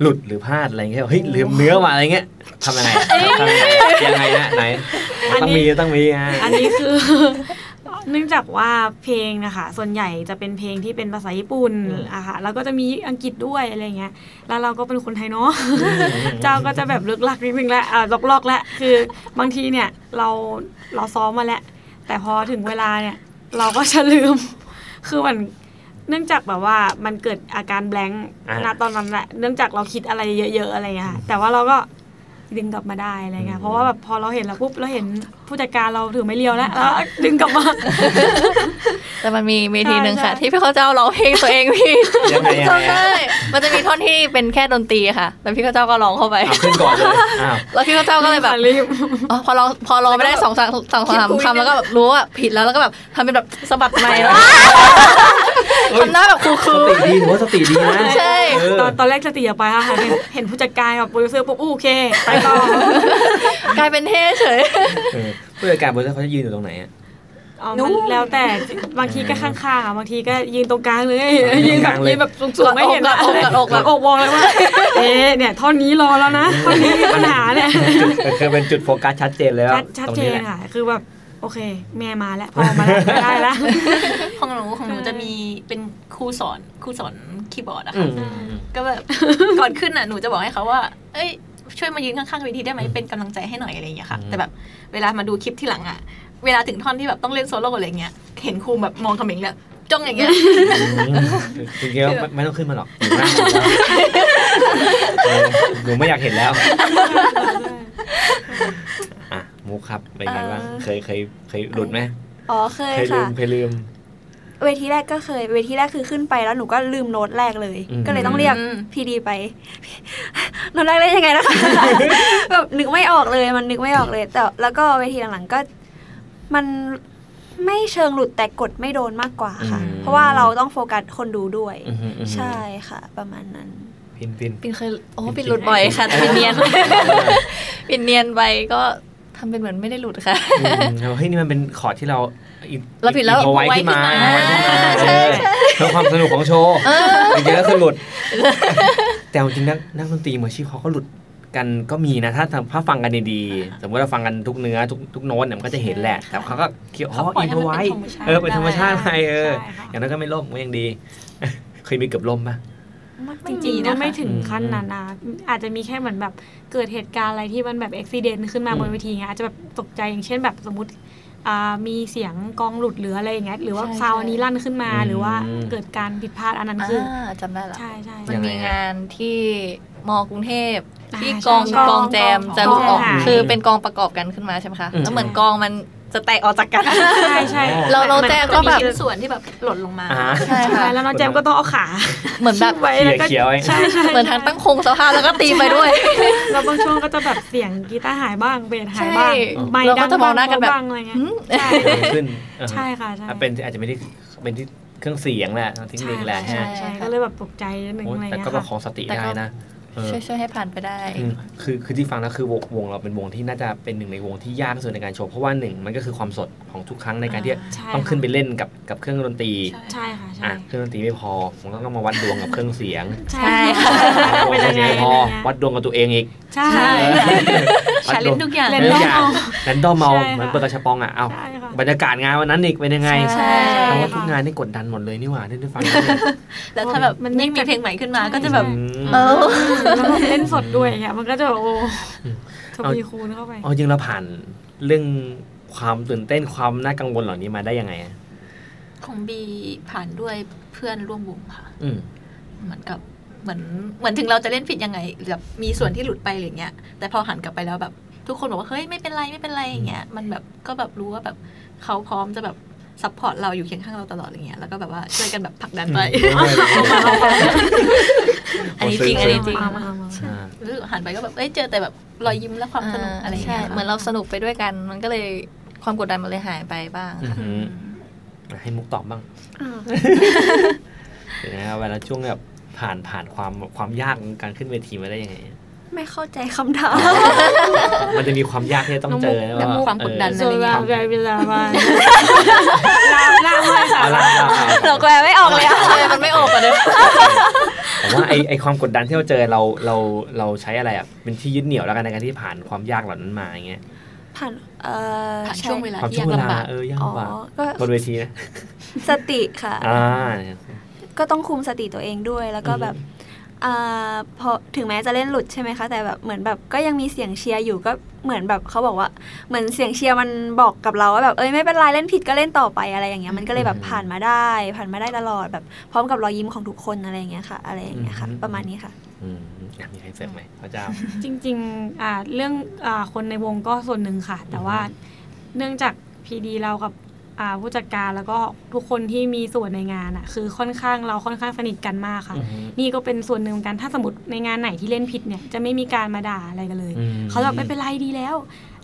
หลุดหรือพลาดอะไรเงี้ยเฮ้ยลืมเนื้อมาอะไรเงี้ยทำยังไง (laughs) ทำยังไงยังไงนะไหน อัน ต้อง นี้ มีต้องมีอ่ะ อันนี้คือ (laughs) เนื่องจากว่าเพลงนะคะ ส่วนใหญ่จะเป็นเพลงที่เป็นภาษาญี่ปุ่น อืม อะค่ะแล้วก็จะมีอังกฤษด้วยอะไรเงี้ย แล้วเราก็เป็นคนไทยเนาะ เจ้าก็จะแบบลึกลักนิดนึงแล้วอ่าลอกๆแล้วคือบางทีเนี่ยเราเราซ้อมมาแล้ว แต่พอถึงเวลาเนี่ย เราก็จะลืม (laughs) คือมันเนื่องจากแบบว่ามันเกิดอาการแบงค์ อ่า ณตอนนั้นแหละเนื่องจากเราคิดอะไรเยอะ ๆ อะไรเงี้ยค่ะแต่ว่าเราก็ดึงกลับมาได้อะไรเงี้ยเพราะว่าแบบพอเราเห็นแล้วปุ๊บเราเห็นผู้จัดการเราถือไม่เรียวแล้ว (laughs) แล้วดึงกลับมา แต่มันมีเวทีหนึ่งค่ะ ใช่ ที่พี่เขาเจ้าร้องเพลงตัวเองพี่ ยังไงยังไง จำได้มันจะมีท่อนที่เป็นแค่ดนตรีค่ะ แล้วพี่เขาเจ้าก็ร้องเข้าไป เอาขึ้นก่อนเลยอ้าว แล้วพี่เขาเจ้าก็ (laughs) เลยแบบ รีบ อ๋อพอร้องพอร้องไม่ได้สองสามสองสามคำแล้วก็แบบรู้ว่าผิดแล้วแล้วก็แบบทำเป็นแบบสะบัดไม้แล้ว เฮ้ย ทำหน้าแบบ (laughs) คู ส คู ติดีถือว่าสติดีนะ ใช่ เออ ตอนตอนแรกจะตีออกไปค่ะเห็นเห็นผู้จัดการกับโปรดิวเซอร์ปุ๊บอู้โอเคไป (laughs) ต่อ ๆกลายเป็นเท่เฉย เออผู้จัดการบริษัทเขาจะยืนอยู่ตรงไหนอ่ะ อ๋อมันแล้วแต่บางทีก็ข้างๆอ่ะบางทีก็ยืนตรงกล (laughs) างเลย อ ยืน ตรงกลาแบบ งเลย ยืนแบบสูงๆไม่เห็น กอดอกกอดอกกอดอก กอกวองเลยว่า (laughs) เอ๊ะเนี่ยท่อนนี้รอแล้ว (laughs) นะท่อนนี้มีปัญหา (laughs) เนี่ย คือเป็นจุดโฟกัสชัดเจนแล้ว ชัดชัด ตรง เจ นี้ น แหละ ค่ะ คือแบบโอเค แม่มาแล้วพอมาแล้วไม่ได้แล้ว ของหนูของหนูจะมีเป็นครูสอนครูสอนคีย์บอร์ดอะค่ะ ก็แบบ (laughs) ก่อนขึ้นน่ะหนูจะบอกให้เขาว่า เอ้ย ช่วยมายืนข้างๆเวทีได้ไหมเป็นกำลังใจให้หน่อยอะไรอย่างเงี้ยค่ะ อืม แต่แบบเวลามาดูคลิปที่หลังอ่ะ เวลาถึงท่อนที่แบบต้องเล่นโซโล่อะไรเงี้ย เห็นครูแบบมองเขม็งแล้วจ้องอย่างเงี้ย จริงๆแล้วไม่ไม่ต้องขึ้นมาหรอกอยู่ข้างหนูแล้วเออหนูไม่อยากเห็นแล้ว อ่ะมุกครับเป็นไงบ้าง เอ่อ เคยเคยเคยหลุดไหม อ๋อเคย เคยลื ค่ะ มเคยลืม เวทีแรกก็เคย เวทีแรกคือขึ้นไปแล้วหนูก็ลืมโน้ตแรกเลย อืม ก็เลยต้องเรียก อืม พีดีไป (laughs) โน้ตแรกเล่นยังไงนะคะ (laughs) แบบนึกไม่ออกเลย มันนึกไม่ออกเลย แต่แล้วก็เวทีหลังๆก็ มันไม่เชิงหลุดแต่กดไม่โดนมากกว่าค่ะ อืม เพราะว่าเราต้องโฟกัสคนดูด้วย อือหืออือหือ ใช่ค่ะ ประมาณนั้น ปินปิน ปินเคยโอ้ปินหลุดบ่อยค่ะปินเนียน (laughs) ปินเนียนไปก็ทำเป็นเหมือนไม่ได้หลุดค่ะ อืมแล้วเฮ้ยนี่มันเป็นคอร์ดที่เราอิน เราผิดแล้ว อินโฟไว้ขึ้นมา เอาไว้ขึ้นมา เออเพื่อความสนุกของโชว์จริงๆแล้วคือหลุด แต่จริงๆนักนักดนตรีมืออาชีพเขาก็หลุดกันก็มีนะ ถ้าถ้าฟังกันดีๆ สมมติเราฟังกันทุกเนื้อทุกทุกโน้ตเนี่ยมันก็จะเห็นแหละ แต่เขาก็คิดอ๋ออินโฟไว้ เออเป็นธรรมชาติไปเออ (laughs) ใช่ค่ะ อย่างนั้นก็ไม่ล่มก็ยังดี เคยมีเกือบล่มป่ะ จริงๆ นะ ก็ คะ ไม่ถึงขั้นนั้นนะอาจจะมีแค่เหมือนแบบเกิดเหตุการณ์อะไรที่มันแบบอุบิเหตุขึ้นมา อืม บนเวทีไงอาจจะแบบตกใจอย่างเช่นแบบสมมติอ่ามีเสียงกองหลุดหรืออะไรอย่างเงี้ยหรือว่า ใช่ ซาว ใช่ อันนี้ลั่นขึ้นมาหรือว่าเกิดการผิดพลาดอันนั้นคืออ อ่าจำได้ละ ใช่ใช่ มันมีงานที่มอกรุงเทพ อ่า ที่กอง ใช่ กองแจม กอง จะหลุดออก กองแจม คือเป็นกองประกอบกันขึ้นมาใช่ไหมคะ อืม แล้วเหมือนกองมันจะแตกออกจากกัน ใช่ใช่ เราเราแจมก็แบบ มีชิ้นส่วนที่แบบหล่นลงมา อ่า ใช่ ใช่ ค่ะ แล้วน้องแจมก็ต้องเอาขา เหมือนแบบ ไว้แล้วก็ เขียวๆไว้ ใช่ใช่ เหมือนทางตั้งคงสภาพแล้วก็ตีไปด้วย แล้วบางช่วงก็จะแบบเสียงกีตาร์หายบ้างเบสหายบ้าง ใช่ ไม่ เราก็ ดัง จะมองหน้ากันแบบ บ้งอะไรเงี้ยใช่ ขึ้นเออ ใช่ค่ะใช่ อ่ะเป็นอาจจะไม่ได้เป็นที่เครื่องเสียงแหละทางเทคนิคแหละ ใช่ ฮะ ใช่ก็เลยแบบตกใจนิดนึง โอ้ อะไร แต่ เงี้ย ก็ประค ค่ะ องสติ แต่ ได้ ก็ นะ เออ ช่วยช่วยให้ผ่านไปได้ อืมคือคือที่ฟังแล้วคือวงวงเราเป็นวงที่น่าจะเป็นหนึ่งในวงที่ยากที่สุดในการโชว์เพราะว่าหนึ่งมันก็คือความสดของทุกครั้งในการที่ อ่า ใช่ ต้องขึ้นไป ค่ะ เล่นกับกับเครื่องดนตรี ใช่ค่ะ ใช่ อ่ะเครื่องดนตรีไม่พอผมก็ต้องมาวัดดวงกับเครื่องเสียง ใช่ค่ะ วัดดวงกับเครื่องเสียงไม่พอวัดดวงกับตัวเองอีก ใช่ ใช่ (laughs) วั ชา ดด เล วง นทุกอย่าง เรียน เล่น รอ อบ ย่าง เอา แรนดอมเมา ใช่ค่ะ เหมือนเปิดกระชับปองอ่ะเอา ใช่ค่ะ บรรยากาศงานวันนั้นอีกเป็นยังไง ใช่ แต่ว่า ค่ะ ทุกงานนี่กดดันหมดเลยนี่หว่าที่ได้ฟัง แล้วถ้าแบบ มั มันน ไม่ ยิ่งมี จัด เพลงใหม่ขึ้นมาก็จะแบบ อืม เออ แล้วแบบเล่นสดด้วยอย่างเงี้ยมันก็จะแบบโอ้ อืม ทวีคูณเข้าไป เอาจริงเราผ่านเรื่องความตื่นเต้นความน่ากังวลเหล่านี้มาได้ยังไงอะ ของบีผ่านด้วยเพื่อนร่วมวงค่ะ อืม เหมือนกับเหมือนเหมือนถึงเราจะเล่นผิดยังไงแบบมีส่วนที่หลุดไปหรือเงี้ย แต่พอหันกลับไปแล้วแบบ ทุกคนบอกว่าเฮ้ยไม่เป็นไรไม่เป็นไรอย่างเงี้ยมันแบบก็แบบรู้ว่าแบบเขาพร้อมจะแบบซัพพอร์ตเราอยู่เคียงข้างเราตลอดอย่างเงี้ยแล้วก็แบบว่าช่วยกันแบบผลักดันไป อันนี้จริงอันนี้จริง อ่า รู้สึกหันไปก็แบบเอ้ยเจอแต่แบบรอยยิ้มและความสนุกอะไรอย่าง ใช่ เงี้ยค่ะ เหมือนเราสนุกไปด้วยกัน มันก็เลยความกดดันมันเลยหายไปบ้างค่ะ อืมให้มุกตอบบ้างเดี๋ยวนะครับเวลาช่วงแบบผ่านผ่านความความยากของการขึ้นเวทีมาได้ยังไง ไม่เข้าใจคำถาม มันจะมีความยากที่จะต้องเจอนะ แล้ว ว่า ความกดดัน เอ อะไรเงี้ย Solar Vanilla One ลาลาไม่ อ ค่ะ เอาละเอาละ เราแกลไม่ออกเลยอะทำไมมันไม่ออกอะเด้อ ผมว่าไอไอความกดดันที่เราเจอเราเราเราใช้อะไรอ่ะเป็นที่ยึดเหนี่ยวแล้วกันในการที่ผ่านความยากเหล่านั้นมาอย่างเงี้ย (laughs) ผ่านเอ่อ ผ่าน ใ ช่วงเวลา ความ ที่ ช่วย างเวกลา ลำบาก เออยาก อ๋อ ลำบาก ก็ บนเวทีนะ สติค่ะ อ่า ก็ต้องคุมสติตัวเองด้วยแล้วก็แบบอ่าพอถึงแม้จะเล่นหลุดใช่ไหมคะ แต่แบบเหมือนแบบก็ยังมีเสียงเชียร์อยู่ก็เหมือนแบบเขาบอกว่า เหมือนเสียงเชียร์มันบอกกับเราว่าแบบเอ้ยไม่เป็นไรเล่นผิดก็เล่นต่อไปอะไรอย่างเงี้ยมันก็เลยแบบ อืม ผ่านมาได้ ผ่านมาได้ตลอดแบบพร้อมกับรอยยิ้มของทุกคนอะไรอย่างเงี้ยค่ะ อะไรอย่างเงี้ยค่ะ อืม ประมาณนี้ค่ะ อืมอ่ะมีใครเสริมไหมพระเจ้า จริงๆอ่าเรื่องอาคนในวงก็ส่วนหนึ่งค่ะ แต่ว่าเนื่องจากพีดีเรากับอ่าผู้จัดการแล้วก็ทุกคนที่มีส่วนในงานอ่ะคือค่อนข้างเราค่อนข้างสนิทกันมากค่ะ นี่ก็เป็นส่วนหนึ่งเหมือนกันถ้าสมมติในงานไหนที่เล่นผิดเนี่ยจะไม่มีการมาด่าอะไรกันเลย อืม เขาจะแบบไม่เป็นไรดีแล้ว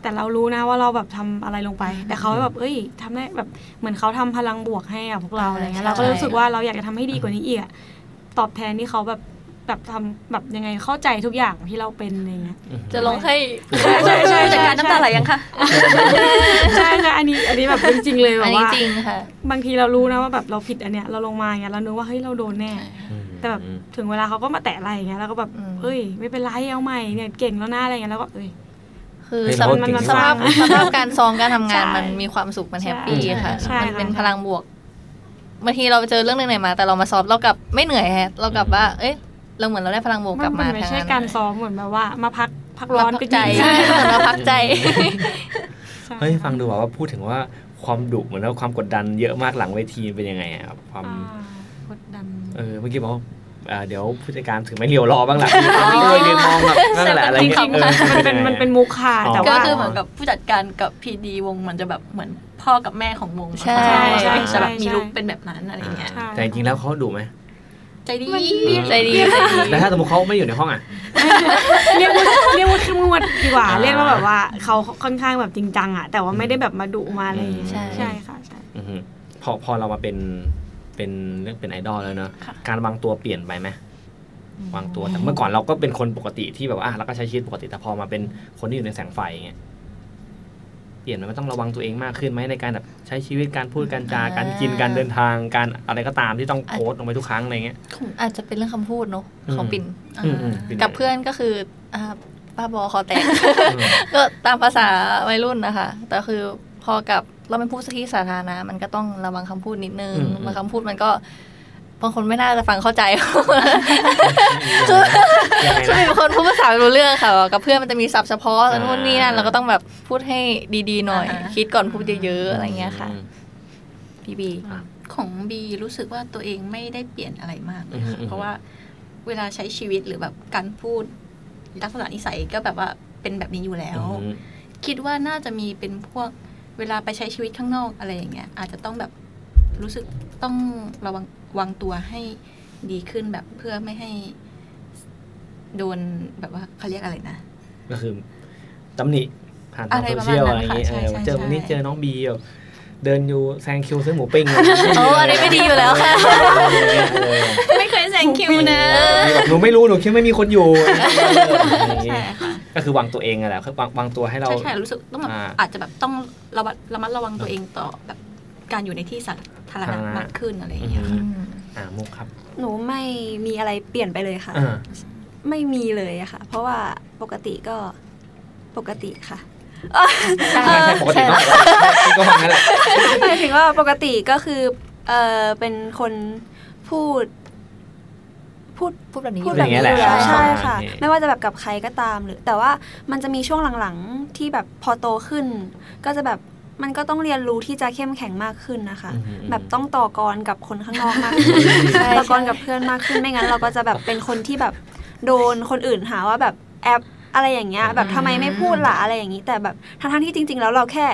แต่เรารู้นะว่าเราแบบทำอะไรลงไป แต่เขาแบบเอ้ยทำได้แบบเหมือนเขาทำพลังบวกให้อะพวกเราอะไรเงี้ยเราก็เลยรู้สึกว่าเราอยากจะทำให้ดีกว่านี้อีกอะตอบแทนที่เขาแบบแบบทำแบบยังไงเข้าใจทุกอย่างที่เราเป็นอะไร (laughs) เงี้ย จะลงให้ ใช่ใช่ใช่ ผู้จัด ใช่ การน้ำตาไหลยังคะ ใช่ค่ะอันนี้อันนี้แบบเป็นจริงเลยแบ อัน บ นี้ ว่า จริงค่ะ บางทีเรารู้นะว่าแบบเราผิดอันเนี้ยเราลงมาอย่างเงี้ยเรานึกว่าเฮ้ยเราโดนแน่ แต่แบบ ถึงเวลาเขาก็มาแตะอะไรอย่างเงี้ยแล้วก็แบบ อืม เฮ้ยไม่เป็นไรเอาใหม่เนี่ยเก่งแล้วนะอะไรเงี้ยแล้วก็เอ้ย คือ เฮ้ย ส เรา ภา ก็ พ เก่ง สภาพ มาก สภาพการซ้อมการทำงาน ใช่ มันมีความสุขมันแฮปปี้ ใช่ ค่ะ ใช่ มัน ค่ะ เป็นพลังบวกบางทีเราเจอเรื่องหนึ่งไหนมา แต่เรามาซ้อมเรากลับไม่เหนื่อยฮะเรากลับว่า เอ้ยเราเหมือนเราได้พลังบวกกลับ มั มาน ไม่ใช่ ทง การซ้อมเหมือนแบบว่ามาพักพักร้อน มา ก็ พักใจ ดี ใช่เหมือนเราพักใจ ใช่ เฮ้ยฟังดูแบบว่าพูดถึงว่าความดุเหมือนแล้วาความกดดันเยอะมากหลังเวทีเป็นยังไงอะครับความ อ่ากดดัน เออเมื่อกี้บอกว่าอ่าเดี๋ยวผู้จัดการถือไม่เรียวรอ (laughs) บ้างแหละไม่เรียวเรียนมองแบบนั่นแหละอะไรเงี้ย ใช่ (laughs) มันเป็น ออ มันเป็นมุกค่ะ อ๋อ แต่ ก็ ว่า คือเหมือนกับผู้จัดการกับพีดีวงมันจะแบบเหมือนพ่อกับแม่ของวง ใช่ ใช่ ใช่ จะแบบ ใช่ มีลูกเป็นแบบนั้นอะไรเงี้ย ใช่ แต่จริงๆแล้วเขาดุไหม ใจดี ใจดี แล้วถ้าสมมติเขาไม่อยู่ในห้องอ่ะ เรียกว่าเรียกว่าเข้มงวดดีกว่า อ่า เรียกว่าแบบว่าเขาค่อนข้างแบบจริงจังอะแต่ว่าไม่ได้แบบมาดุมาอะไรอย่างเงี้ย ใช่ ใช่ค่ะใช่ อือฮึพอพอเรามาเป็นเป็นเรื่องเป็นไอดอลแล้วเนอะ ค่ะ การวางตัวเปลี่ยนไปไหมวางตัวแต่เมื่อก่อนเราก็เป็นคนปกติที่แบบว่าอ่ะเราก็ใช้ชีวิตปกติแต่พอมาเป็นคนที่อยู่ในแสงไฟอย่างเงี้ยเปลี่ยนไหมมันต้องระวังตัวเองมากขึ้นไหมในการแบบใช้ชีวิตการพูดการจาการกินการเดินทางการอะไรก็ตามที่ต้องโพสต์ลงไปทุกครั้งอะไรเงี้ย อาจจะเป็นเรื่องคำพูดเนาะ อืม ของปิ่น อืมอืมป็ กับเพื่อนก็คืออ่าป้าบอคอแตก (laughs) ก็ตามภาษาวัยรุ่นนะคะ แต่คือพอกับเราเป็นผู้ที่สาธารณะมันก็ต้องระวังคำพูดนิดนึงบางคำพูดมันก็บางคนไม่น่าจะฟังเข้าใจ ยังไง คือ นะ เป็นคนพูดภาษาไม่รู้เรื่องค่ะ กับเพื่อนมันจะมีศัพท์เฉพาะแล้วนู่นนี่นั่นเราก็ต้องแบบพูดให้ดีๆหน่อย อ่าฮะ คิดก่อนพูดเยอะๆอะไรเงี้ยค่ะ อืม พี่บี ของบีรู้สึกว่าตัวเองไม่ได้เปลี่ยนอะไรมากเลยค่ะ อืม เพราะว่าเวลาใช้ชีวิตหรือแบบการพูดลักษณะนิสัยก็แบบว่าเป็นแบบนี้อยู่แล้ว อืม คิดว่าน่าจะมีเป็นพวกเวลาไปใช้ชีวิตข้างนอกอะไรอย่างเงี้ยอาจจะต้องแบบรู้สึกต้องระวังวางตัวให้ดีขึ้นแบบเพื่อไม่ให้โดนแบบว่าเขาเรียกอะไรนะ ก็คือตำหนิผ่านทาง อะไร โซ ประมาณ เชียล นั้ อะ น ไรอย่างเงี้ย ค่ะ เออ ใช่ใช่ เจอวันนี้ ใช่ เจอน้องบีแบบเดินอยู่แซงคิวซื้อหมูปิ้ง โอ้อันนี้ไม่ดีอยู่แล้วค่ะ เออเออเออ ไม่เคยแซ thank you นะ มีแบบหนูไม่รู้หนูคิดไม่มีคนอยู่อย่างงี้ ใช่ค่ะ ก็คือวางตัวเองอะแหละคือวางวางตัวให้เรา ใช่ใช่รู้สึกต้องแบบ อ่า อาจจะแบบต้องระวัดระมัดระวังตัวเองต่อแบบการอยู่ในที่สาธารณะ อ่าม มากขึ้นอะไรอย่างเงี้ย อื ค่ะ มอ่ามุกครับ หนูไม่มีอะไรเปลี่ยนไปเลยค่ะ อ่า ไม่มีเลยอะค่ะ เพราะว่าปกติก็ปกติ (laughs) ค่ะ ใช่ใช่ปกติต้องก็ฟังนั่นแหละ หมายถึงว่าปกติก็คือเออเป็นคนพูด พูด พูดแบบนี้ พูด อ แบ ย่า บ งเงี้ยนี้อยู่แล้ว แหละ ใช่ค่ะ โอเค ไม่ว่าจะแบบกับใครก็ตามหรือ แต่ว่ามันจะมีช่วงหลังๆที่แบบพอโตขึ้น ก็จะแบบมันก็ต้องเรียนรู้ที่จะเข้มแข็งมากขึ้นนะคะ อืม แบบต้องต่อกรกับคนข้างนอกมาก (laughs) ขึ้น ใช่ ต่อกรกับเพื่อนมากขึ้นไม่งั้น เราก็จะแบบเป็นคนที่แบบโดนคนอื่นหาว่าแบบแอปอะไรอย่างเงี้ย แบบทำไมไม่พูดล่ะอะไรอย่างนี้ แต่แบบทั้งๆที่จริง ๆ แล้วเราแค่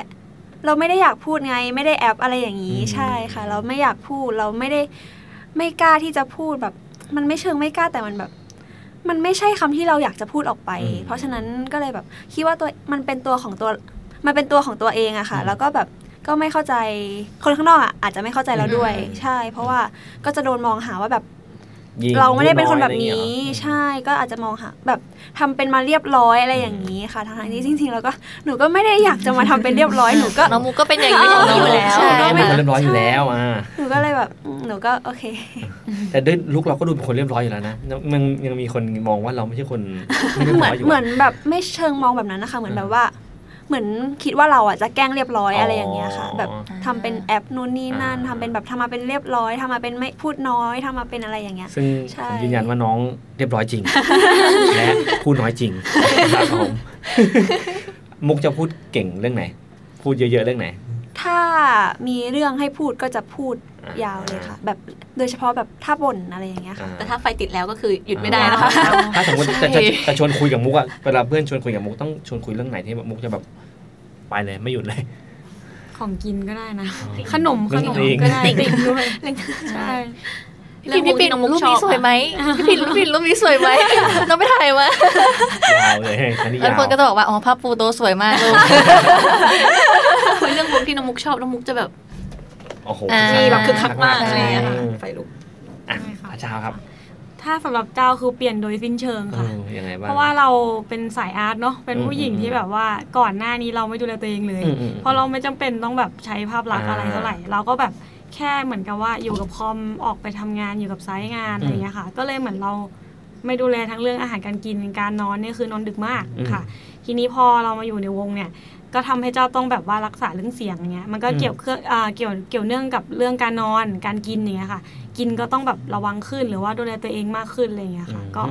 เราไม่ได้อยากพูดไง ไม่ได้แอปอะไรอย่างนี้ อืม ใช่ค่ะ เราไม่อยากพูดเราไม่ได้ไม่กล้าที่จะพูดแบบ มันไม่เชิงไม่กล้าแต่มันแบบ มันไม่ใช่คำที่เราอยากจะพูดออกไป อืม เพราะฉะนั้นก็เลยแบบคิดว่าตัวมันเป็นตัวของตัว มันเป็นตัวของตัวเองอะค่ะ อืม แล้วก็แบบก็ไม่เข้าใจคนข้างนอกอะอาจจะไม่เข้าใจเราด้วย อืม ใช่ เพราะว่าก็จะโดนมองหาว่าแบบ ยิง เราไม่ได้เป็นคน อย แบบ อะไร นี้ อย่างเงี้ยเหรอ ใช่ก็อาจจะมองหาแบบทำเป็นมาเรียบร้อยอะไรอย่างนี้ค่ะทางๆที่จริงๆแล้วก็หนูก็ไม่ได้อยากจะมาทำเป็นเรียบ (laughs) ร้อยหนูก็ น้องมุกก็เป็นอย่างนี้ เออ น้ง อยู่ มุก แล้ว ใช่ น้องเป็นคนเรียบร้ค่ะอยอยู่แล้วอ่า หนูก็เลยแบบอืมหนูก็โอเค แต่ด้วยลุกเราก็ดูเป็นคนเรียบร้อยอยู่แล้วนะมันยังมีคนมองว่าเราไม่ใช่คนไม่เรียบ เหมื ร้ อน อยอยู่ เหมื อะ อนแบบไม่เชิงมองแบบนั้นนะคะ เหมือนแบบว่า เหมือนคิดว่าเราอ่ะจะแกล้งเรียบร้อยอะไรอย่างเงี้ยค่ะ แบบทำเป็นแอปนู่นนี่นั่น อ่า ทำเป็นแบบทำมาเป็นเรียบร้อยทำมาเป็นไม่พูดน้อยทำมาเป็นอะไรอย่างเงี้ย ซึ่ง ใช่ ผมยืนยันว่าน้องเรียบร้อยจริง และพูดน้อยจริง (laughs) ครับผมมุกจะพูดเก่งเรื่องไหน พูดเยอะๆเรื่องไหน ถ้ามีเรื่องให้พูดก็จะพูดยาวเลยค่ะ แบบโดยเฉพาะแบบถ้าบ่นอะไรอย่างเงี้ยค่ะ แต่ถ้าไฟติดแล้วก็คือหยุดไม่ได้นะคะ อ่าถ้าถ้าสมมติจะจะจะชวนคุยกับมุกอะเวลาเพื่อนชวนคุยกับมุกต้องชวนคุยเรื่องไหนที่แบบมุกจะแบบไปเลยไม่หยุดเลย ของกินก็ได้นะ อ๋อ ขนมขนม เรื่อง ก็ได้ เอง ติ่งด้วยใช่ เรื่อง พี่ปิ่น น้องมุ รูปก (laughs) ชอ นี้ บ สวยไหม อะ พี่ปิ่นรูปนี้รูปนี้สวยไหมน้องไปถ่ายมา ยาวเลยอันนี้ แล้ว ยาว คนก็จะบอกว่า อ๋อภาพปูโตสวยมากลูก คุยเรื่องมุกที่น้องมุกชอบน้องมุกจะแบบ โอ้โห อ่า มีแบบคือคักมาก ใช่ อะไรอย่างเงี้ยค่ะไฟลุก อ่ะ ใช่ค่ะ อาจารย์ครับ ถ้าสำหรับเจ้าคือเปลี่ยนโดยสิ้นเชิง เอ ค่ะ อยังไงบ้าง เพราะว่าเราเป็นสายอาร์ตเนาะเป็นผู้หญิง อืม ที่แบบว่าก่อนหน้านี้เราไม่ดูแลตัวเองเลย อืมอืม เพราะเราไม่จำเป็นต้องแบบใช้ภาพลักษณ์ อ่า อะไรเท่าไหร่ เราก็แบบแค่เหมือนกับว่าอยู่กับคอมออกไปทำงานอยู่กับไซต์งาน อืม อะไรเงี้ยค่ะ ก็เลยเหมือนเราไม่ดูแลทั้งเรื่องอาหารการกินการนอนเนี่ยคือนอนดึกมาก อืม ค่ะ ทีนี้พอเรามาอยู่ในวงเนี่ย ก็ทำให้เจ้าต้องแบบว่ารักษาเรื่องเสียงเงี้ยมันก็ อืม เกี่ยวเครื่องอ่าเกี่ยวเกี่ยวเนื่องกับเรื่องการนอนการกินอย่างเงี้ยค่ะ กินก็ต้องแบบระวังขึ้นหรือว่าดูแลตัวเองมากขึ้นอะไรเงี้ยค่ะ ก็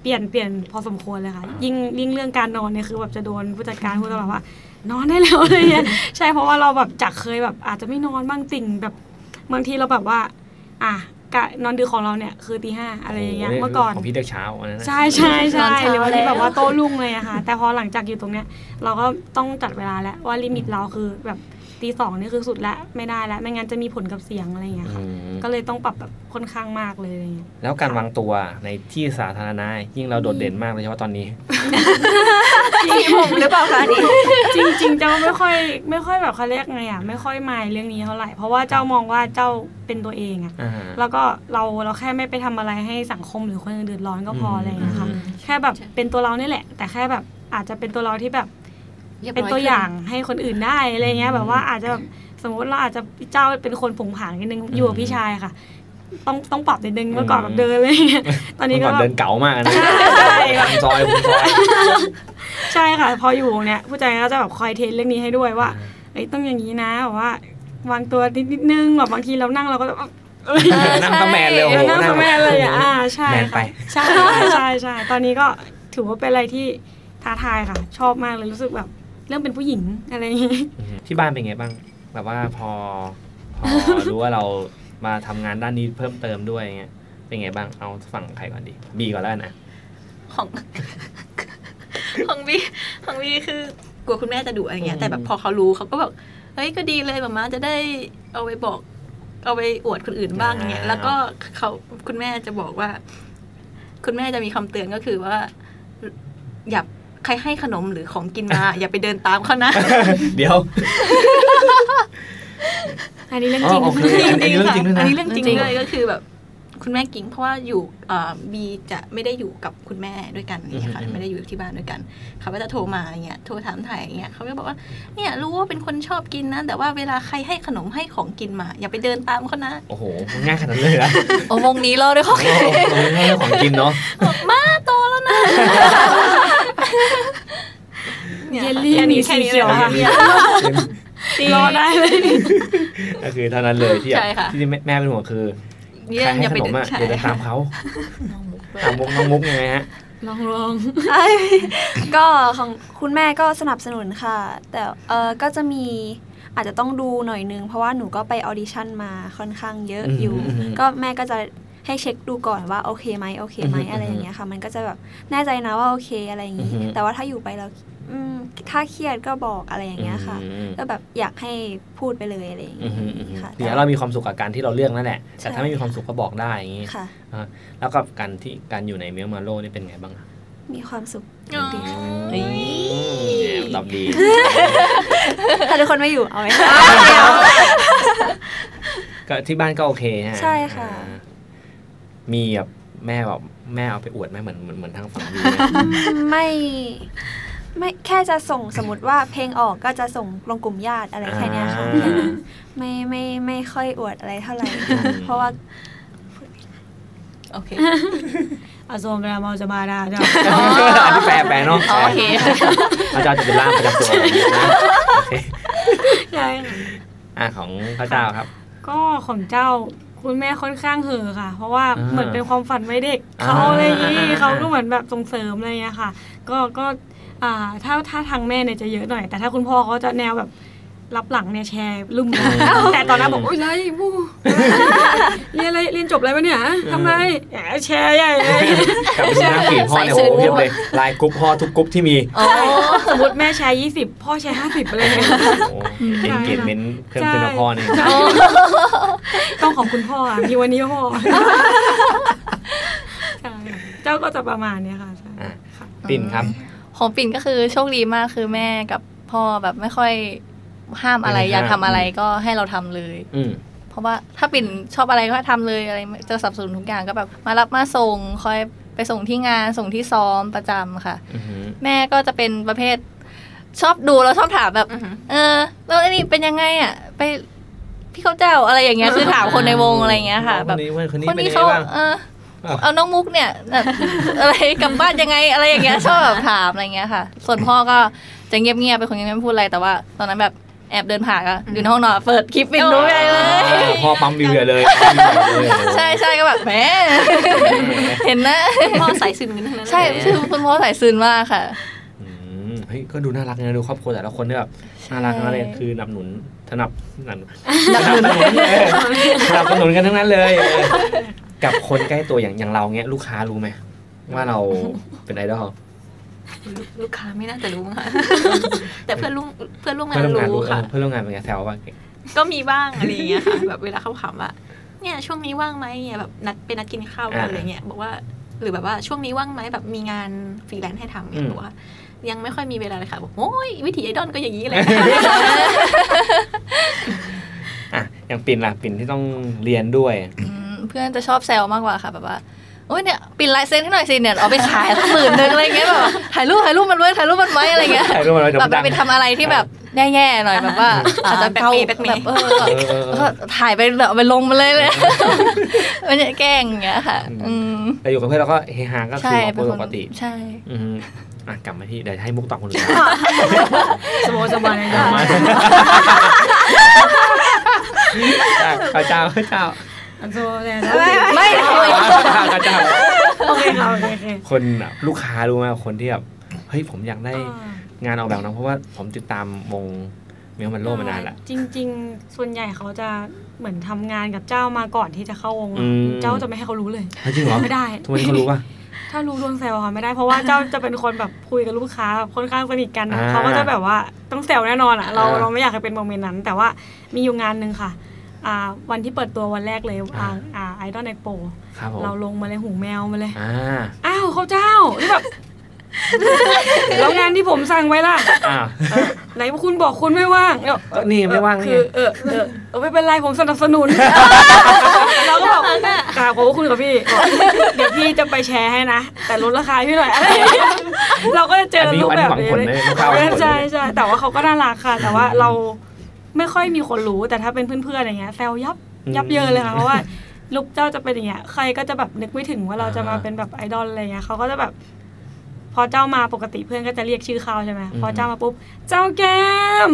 เปลี่ยนเปลี่ยนพอสมควรเลยค่ะ อ่ายิ่ ยิ่งยิ่งเรื่องการนอนเนี่ยคือแบบจะโดนผู้จัดการพูดตลอดว่า นอนได้แล้วอะไรเงี้ย (laughs) ใช่เพราะว่าเราแบบจากเคยแบบอาจจะไม่นอนบ้างติ่งแบบบางทีเราแบบว่า อ่ะกะนอนดึกของเราเนี่ยคือตีห้าอะไรอย่างเงี้ย โโห เมื่อก่อน ของพี่เด็กเช้าอันนั้นนะ ใช่ใช่ใช่ นอนเช้า หรือว่าที่ แล้ว แบบว่าโต้รุ่งเลยอะค่ะ แต่พอหลังจากอยู่ตรงเนี้ยเราก็ต้องจัดเวลาแล้วว่าลิมิตเราคือแบบตีสองนี่คือสุดแล้วไม่ได้แล้วไม่งั้นจะมีผลกับเสียงอะไรอย่างเงี้ยค่ะ อืม ก็เลยต้องปรับแบบค่อนข้างมากเลยอะไรเงี้ย แล้วการวางตัวในที่สาธารณะยิ่งเราโดดเด่นมากเลยเฉพาะตอนนี้ ผมหรือเปล่าคะอันนี่ จริงๆ เจ้าไม่ค่อยไม่ค่อยแบบเขาเรียกไงอ่ะไม่ค่อยมายเรื่องนี้เท่าไหร่ เพราะว่าเจ้ามองว่าเจ้าเป็นตัวเองอ่ะ อ่า แล้วก็เราเราแค่ไม่ไปทำอะไรให้สังคมหรือคนอื่นเดือดร้อนก็พอ อืม อะไรอย่างเงี้ยค่ะ อืม แค่แบบเป็นตัวเรานี่แหละ แต่แค่แบบอาจจะเป็นตัวเราที่แบบ รีบร้ เป็นตัว ขึ้ อย่างให้คนอื่นได้อะไรเงี้ยแบบว่าอาจจะแบบสมมติเราอาจจะเจ้าเป็นคนผงผางนิดนึงอยู่กับพี่ชายค่ะ ต้องต้องปรับนิดนึงเมื่อก่อนแบบเดินเลยตอนนี้ เมื่อก่ก็อน แบ เดิ บ นเก๋ามากนะ ใช่ ตามซอยผมซอย ใช่ค่ะ พออยู่เนี่ยผู้ใจดการก็จะแบบคอยเทรนเรื่องนี้ให้ด้วยว่า เอ้ยต้องอย่างนี้นะแบบว่าวางตัวนิดนิดนึงแบบบางทีเรานั่งเราก็แบบ (laughs) เอ้ย เออ นั่ง ใช่ ตะแมนเลยโอ้โห เรานั่งสแมนเลยอะอ่าใช่ แมนไป ค่ะใช่ใช่ใช่ตอนนี้ก็ถือว่าเป็นอะไรที่ท้าทายค่ะ ชอบมากเลยรู้สึกแบบเรื่องเป็นผู้หญิงอะไรอย่างงี้ ที่บ้านเป็นไงบ้าง แบบว่าพอ พอ รู้ว่าเรามาทำงานด้านนี้เพิ่มเติมด้วยอย่างเงี้ย เป็นไงบ้าง เอาฝั่งใครก่อนดี บีก่อนแล้วกันนะ ของ (laughs) ของบีของบีคือกลัวคุณแม่จะดุอะไรเงี้ยแต่แบบพอเขารู้เขาก็แบบเฮ้ยก็ดีเลยแบบมาจะได้เอาไปบอก เอาไปอวดคนอื่นบ้างอย่างเงี้ย อ่า แล้วก็เขาคุณแม่จะบอกว่า คุณแม่จะมีคำเตือนก็คือว่า อย่าใครให้ขนมหรือของกินมา อย่าไปเดินตามเขานะ เดี๋ยว อันนี้เรื่อง อ๋อ จริง โอเคอันนี้เรื่องจริงด้วย อั นะ นนี้เรื่องจริง จริง ด้วยก็คือแบบ คุณแม่กิ๊งเพราะว่าอยู่เอ่อบีจะไม่ได้อยู่กับคุณแม่ด้วยกันอย่างเงี้ยค่ะ อืม ไม่ได้อยู่ที่บ้านด้วยกัน เขาก็จะโทรมาอย่างเงี้ยโทรถามถ่ายอย่างเงี้ยเขาก็บอกว่าเนี่ยรู้ว่าเป็นคนชอบกินนะ แต่ว่าเวลาใครให้ขนมให้ของกินมา อย่าไปเดินตามเขานะ โอ้โหง่ายขนาดนั้นเลยนะ โอ้วงนี้เราด้วยเขา โอ้โหตรงนี้ให้เรื่องของกินเนาะ เยลลี่มีสีเขียวค่ะ เยลลี่ รอได้เลย ก็คือเท่านั้นเลยที่แบบ ใช่ค่ะ ที่แม่เป็นห่วงคือใครให้ขนมอ่ะ ใช่ เดี๋ยวจะตามเขา น้องมุกด้วย ตามมุกน้องมุกยังไงฮะ ลองลอง ใช่ก็ของคุณแม่ก็สนับสนุนค่ะ แต่เออก็จะมีอาจจะต้องดูหน่อยนึง เพราะว่าหนูก็ไปออดิชั่นมาค่อนข้างเยอะอยู่ อืมอืมอืม ก็แม่ก็จะให้เช็คดูก่อนว่าโอเคไหมโอเคไหม อืมอืม อะไรอย่างเงี้ยค่ะ มันก็จะแบบแน่ใจนะว่าโอเคอะไรอย่างงี้ อืมอืม แต่ว่าถ้าอยู่ไปแล้วอืมถ้าเครียดก็บอกอะไรอย่างเงี้ยค่ะ อืม ก็แบบอยากให้พูดไปเลยอะไรอย่าง อื เงี้ มอืยมอืม ค่ะ เดี๋ยวเรามีความสุขกับการที่เราเลือกนั่นแหละแต่ ใช่ ถ้าไม่มีความสุขก็บอกได้อย่างงี้ ค่ะ แล้วกับการที่การอยู่ในเมลมาโลนี่เป็นไงบ้างอะ มีความสุข อ๋อ นี่ตอบดี แต่ทุกคนไม่อยู่เอาไหม ก็ที่บ้านก็โอเคฮะ ใช่ค่ะ อ่ามีแบบแม่แบบแม่เอาไปอวดไหมเหมือนเหมือนเหมือนทางฝั่งดีไหม ไม่ไม่แค่จะส่งสมมติว่าเพลงออกก็จะส่งลงกลุ่มญาติอะไรแค่เนี้ยค่ะ อ่า ไม่ไม่ไม่ค่อยอวดอะไรเท่าไหร่ อืม เพราะว่า โอเค อาโซมเวลาเมาจะมา (laughs) ได้จ้ะ อันนี้แปลแปลเนาะ อ๋อโอเค พระเจ้าจะเป็นร่างประจำตัวอะไรอย่างเงี้ยนะโอเค ใช่ อ่ะของพระเจ้าครับ ก็ของเจ้าคุณแม่ค่อนข้างเห่อะค่ะ เพราะว่า อ่า เหมือนเป็นความฝันไว้เด็ก อ่า เขาอะไรอย่างงี้ อ่าอ่า เขาก็เหมือนแบบส่งเสริมอะไรอย่างเงี้ยค่ะ ก็ก็อ่าถ้าถ้าทางแม่เนี่ยจะเยอะหน่อย แต่ถ้าคุณพ่อเขาจะแนวแบบรับหลังเนี่ยแชร์ลุ่มเลยแต่ตอนนั้นบอกโอ๊ยไรบูเรียนอะไรเรียนจบอะไรวะเนี่ยทำไรแหมแชร์ใหญ่เลย กลับไปที่หน้าฝีดพ่อเนี่ยโอ้ใส่ซื้อ โหเพียบเลยไลน์กรุ๊ปพ่อทุกกรุ๊ปที่มี โอ้ สมมติแม่แชร์20 พ่อแชร์50อะไรเงี้ย เอ็นเกจเมนต์เครื่องเตือนพ่อเนี่ย ใช่ต้องของคุณพ่ออ่ะมีวันนี้พ่อใช่เจ้าก็จะประมาณเนี้ยค่ะใช่ อ่ะปิ่นครับ ของปิ่นก็คือโชคดีมากคือแม่กับพ่อแบบไม่ค่อยห้ามอะไรอยากทำอะไรก็ให้เราทำเลย อืม เพราะว่าถ้าปิ่นชอบอะไรก็ทำเลยอะไรจะสนับสนุนทุกอย่างก็แบบมารับมาส่งคอยไปส่งที่งานส่งที่ซ้อมประจำค่ะ อือหือ แม่ก็จะเป็นประเภทชอบดูแล้วชอบถามแบบ อือหือ เออแล้วอันนี้เป็นยังไงอ่ะ ไปพี่เขาเจ้าอะไรอย่างเงี้ยคือถามคนในวงอะไรอย่างเงี้ยค่ะ แบคบนนี้เว้ยคนนี้ คน เป็น นี้ ยังไง เขา บ้าง เออเอาน้องมุกเนี่ยแบบ (laughs) อะไรกลับบ้านยังไงอะไรอย่างเงี้ยช (laughs) อบแบบถามอะไรอย่างเงี้ยค่ะ ส่วนพ่อก็จะเงียบเงียบๆเป็นคนเงียบๆไม่พูดอะไรแต่ว่า ตอนนั้นแบบแอบเดินผ่านอะอยู่ในห้องนอนเปิดคลิปปิดดูไปเลย อ่าพ่อปั๊มวิวใหญ่เลยปั๊มวิวใหญ่เลย ใช่ใช่ก็แบบแหมเห็นนะ พ่อสายซึมกันทั้งนั้น ใช่ชื่อคุณพ่อสายซึนมากค่ะ อืมเฮ้ยก็ดูน่ารักนะดูครอบครัวแต่ละคนเนี่ยแบบน่ารักนะเลยคือหนับหนุนสนับหนับสนับสนุนเออสนับสนุนกันทั้งนั้นเลยเอ (laughs) อกับคนใกล้ตัวอย่างอย่างเราเงี้ยลูกค้ารู้ไหมว่าเราเป็นไอดอล ลูกลูกค้าไม่น่าจะรู้ (laughs) มั้งค่ะ แต่เพื่อนร่วมเพื่อนร่วมงา เพื่อน น ร่วมงาน รู้ รู้ ค่ะ เออเพื่อนร่วมงานเป็นไงแซวว่า ก็มีบ้างอะไรอย่าง (laughs) เงี้ยค่ะ แบบเวลาเขาถามว่าเนี่ยช่วงนี้ว่างไหมเนี่ยแบบนัดไปนัดกินข้าวกัน อ่า อะไรเงี้ยบอกว่าหรือแบบว่าช่วงนี้ว่างไหมแบบมีงานฟรีแลนซ์ให้ทำ อื เนี่ย ม บอกว่า ยังไม่ค่อยมีเวลาเลยค่ะบอกโอ้ยวิถีไอดอลก็อย่างนี้แหละ (laughs) อ่ะอย่างปิ่นล่ะปิ่นที่ต้องเรียนด้วย อืมเพื่อนจะชอบแซวมากกว่าค่ะแบบว่าโอ้ยเนี่ยปิดลายเซ็นให้หน่อยสิเนี่ยเอาไปขายสักหมื่นหนึงอะไรเงี้ยแบบว่าถ่ายรูปถ่ายรูปมันไว้ถ่ายรูปมันไว้อะไรเงี้ย ถ่ายรูปมันไว้เดี๋ยว แบ มั บ นดัง ไปทำอะไรที่แบบแย่ๆหน่อยแบบว่า อ่า อาจจะเกา แบ็คเมย์ แบบเออ เออเออเอ ก็ อ ถ่ายไปแบบเอาไปลงมาเลยเลยมันจะแกล้งอย่างเงี้ยค่ะ อืม แต่อยู่กับเพื่อนเราก็เฮฮาก็คือ ใช่ ของ เป็นค ป น กติ ใช่ อืมอ่ะกลับมาที่เดี๋ยวให้มุกตอบคนอื่ (laughs) นนะ สมมติสมมติ เอา (laughs) มาข้าเจ้าข้าเจ้า อันโซเนี่ย ไม่ ข้าเจ้าข้าเจ้า โอเคค่ะโอเคโอเค คนอ่ะลูกค้ารู้ไหมคนที่แบบเฮ้ยผมอยากได้งานออกแบบนะเพราะว่าผมติดตามวงเมลมันโลมานานละ จริง ๆ ส่วนใหญ่เขาจะเหมือนทำงานกับเจ้ามาก่อนที่จะเข้าวงอะ อืม เจ้าจะไม่ให้เขารู้เลย เฮ้ยจริงเหรอ ไม่ได้ ทุกวันนี้เขารู้ป่ะ ถ้ารู้โดนแซวอะค่ะไม่ได้ (laughs) เพราะว่าเจ้าจะเป็นคนแบบคุยกับลูกค้าแบบค่อนข้างสนิทกันนะ อ่า เขาก็จะแบบว่าต้องแซวแน่นอนอ่ะเรา อ่า เราไม่อยากให้เป็นโมเมนต์นั้น แต่ว่ามีอยู่งานหนึ่งค่ะอ่าวันที่เปิดตัววันแรกเลย อ่า อ่าไอดอลในโป ครับผม เราลงมาเลยหูแมวมาเลย อ่า อ้าวเขาเจ้าที่แบบ (laughs) แล้วงานที่ผมสั่งไว้ล่ะ อ่า ไหนคุณบอกคุณไม่ว่างเนี่ย ก็นี่ไม่ว่างไง คือเออเออเออไม่เป็นไรผมสนับสนุน เราก็บอกกราบขอบคุณกับพี่บอกเดี๋ยวพี่จะไปแชร์ให้นะ แต่ลดราคาให้พี่หน่อยอะไรอย่างเงี้ยเราก็จะเจอรูปแบบนี้ อันนี้หวังผลไหมลูกค้าหวังผลไหม ใช่ใช่แต่ว่าเขาก็น่ารักค่ะ แต่ว่าเราไม่ค่อยมีคนรู้แต่ถ้าเป็นเพื่อนๆอย่างเงี้ยแซวยับยับเยินเลยค่ะเพราะว่าลูกเจ้าจะเป็นอย่างเงี้ยใครก็จะแบบนึกไม่ถึงว่าเราจะมาเป็นแบบไอดอลอะไรเงี้ยเขาก็จะแบบ พอเจ้ามาปกติเพื่อนก็จะเรียกชื่อเขาใช่ไหม อืม พอเจ้ามาปุ๊บ เจ้าแก้ (laughs) ม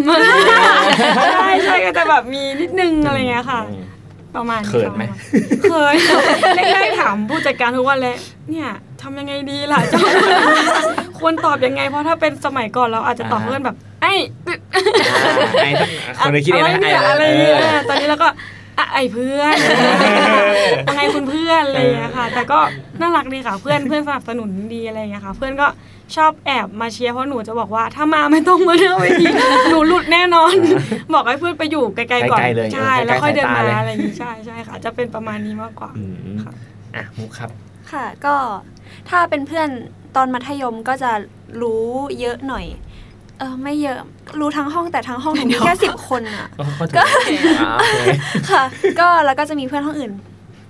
ใช่ใช่ก็จะแบบมีนิดนึงอะไรเงี้ยค่ะ อืม ประมาณ เขินไหม เคยแรกๆถามผู้จัดการทุกวันเลย เนี่ยทำยังไงดี (laughs) ล่ะเจ้า ควรตอบยังไง เพราะถ้าเป็นสมัยก่อนเราอาจจะตอบเพื่อนแบบ ไอ้ ไอ้ทั้งคนเลยคิดเองนะ อะไร ไอ้ เนี่ยเออะไรเนี่ย อ ตอนนี้เราก็อ่ะไอ้เพื่ (laughs) อนยังไงคุณเพื่อนอะไรเงี้ยค่ะ แต่ก็น่ารักดีค่ะเพื่อนเพื่อนสนับสนุนดีอะไรเงี้ยค่ะ เพื่อนก็ชอบแอบมาเชียร์เพราะหนูจะบอกว่าถ้ามาไม่ต้องมาเรื่องเว (laughs) ทีหนูหลุดแน่นอน บอกให้เพื่อนไปอยู่ไกลๆก่อน ไกลๆเลย ใช่ ไกลๆ แล้วค่อยเดิน สายตามาเลย อะไรอย่างงี้ใช่ใช่ค่ะ จะเป็นประมาณนี้มากกว่า อืม ค่ะ อ่ะมุกครับ ค่ะก็ถ้าเป็นเพื่อนตอนมัธยมก็จะรู้เยอะหน่อย เออไม่เยอะรู้ทั้งห้องแต่ทั้งห้องหนูมี (laughs) แค่สิบคนอะ ก็เข้าใจอ่ะโอเค ค่ะ ก็แล้วก็จะมีเพื่อนห้องอื่น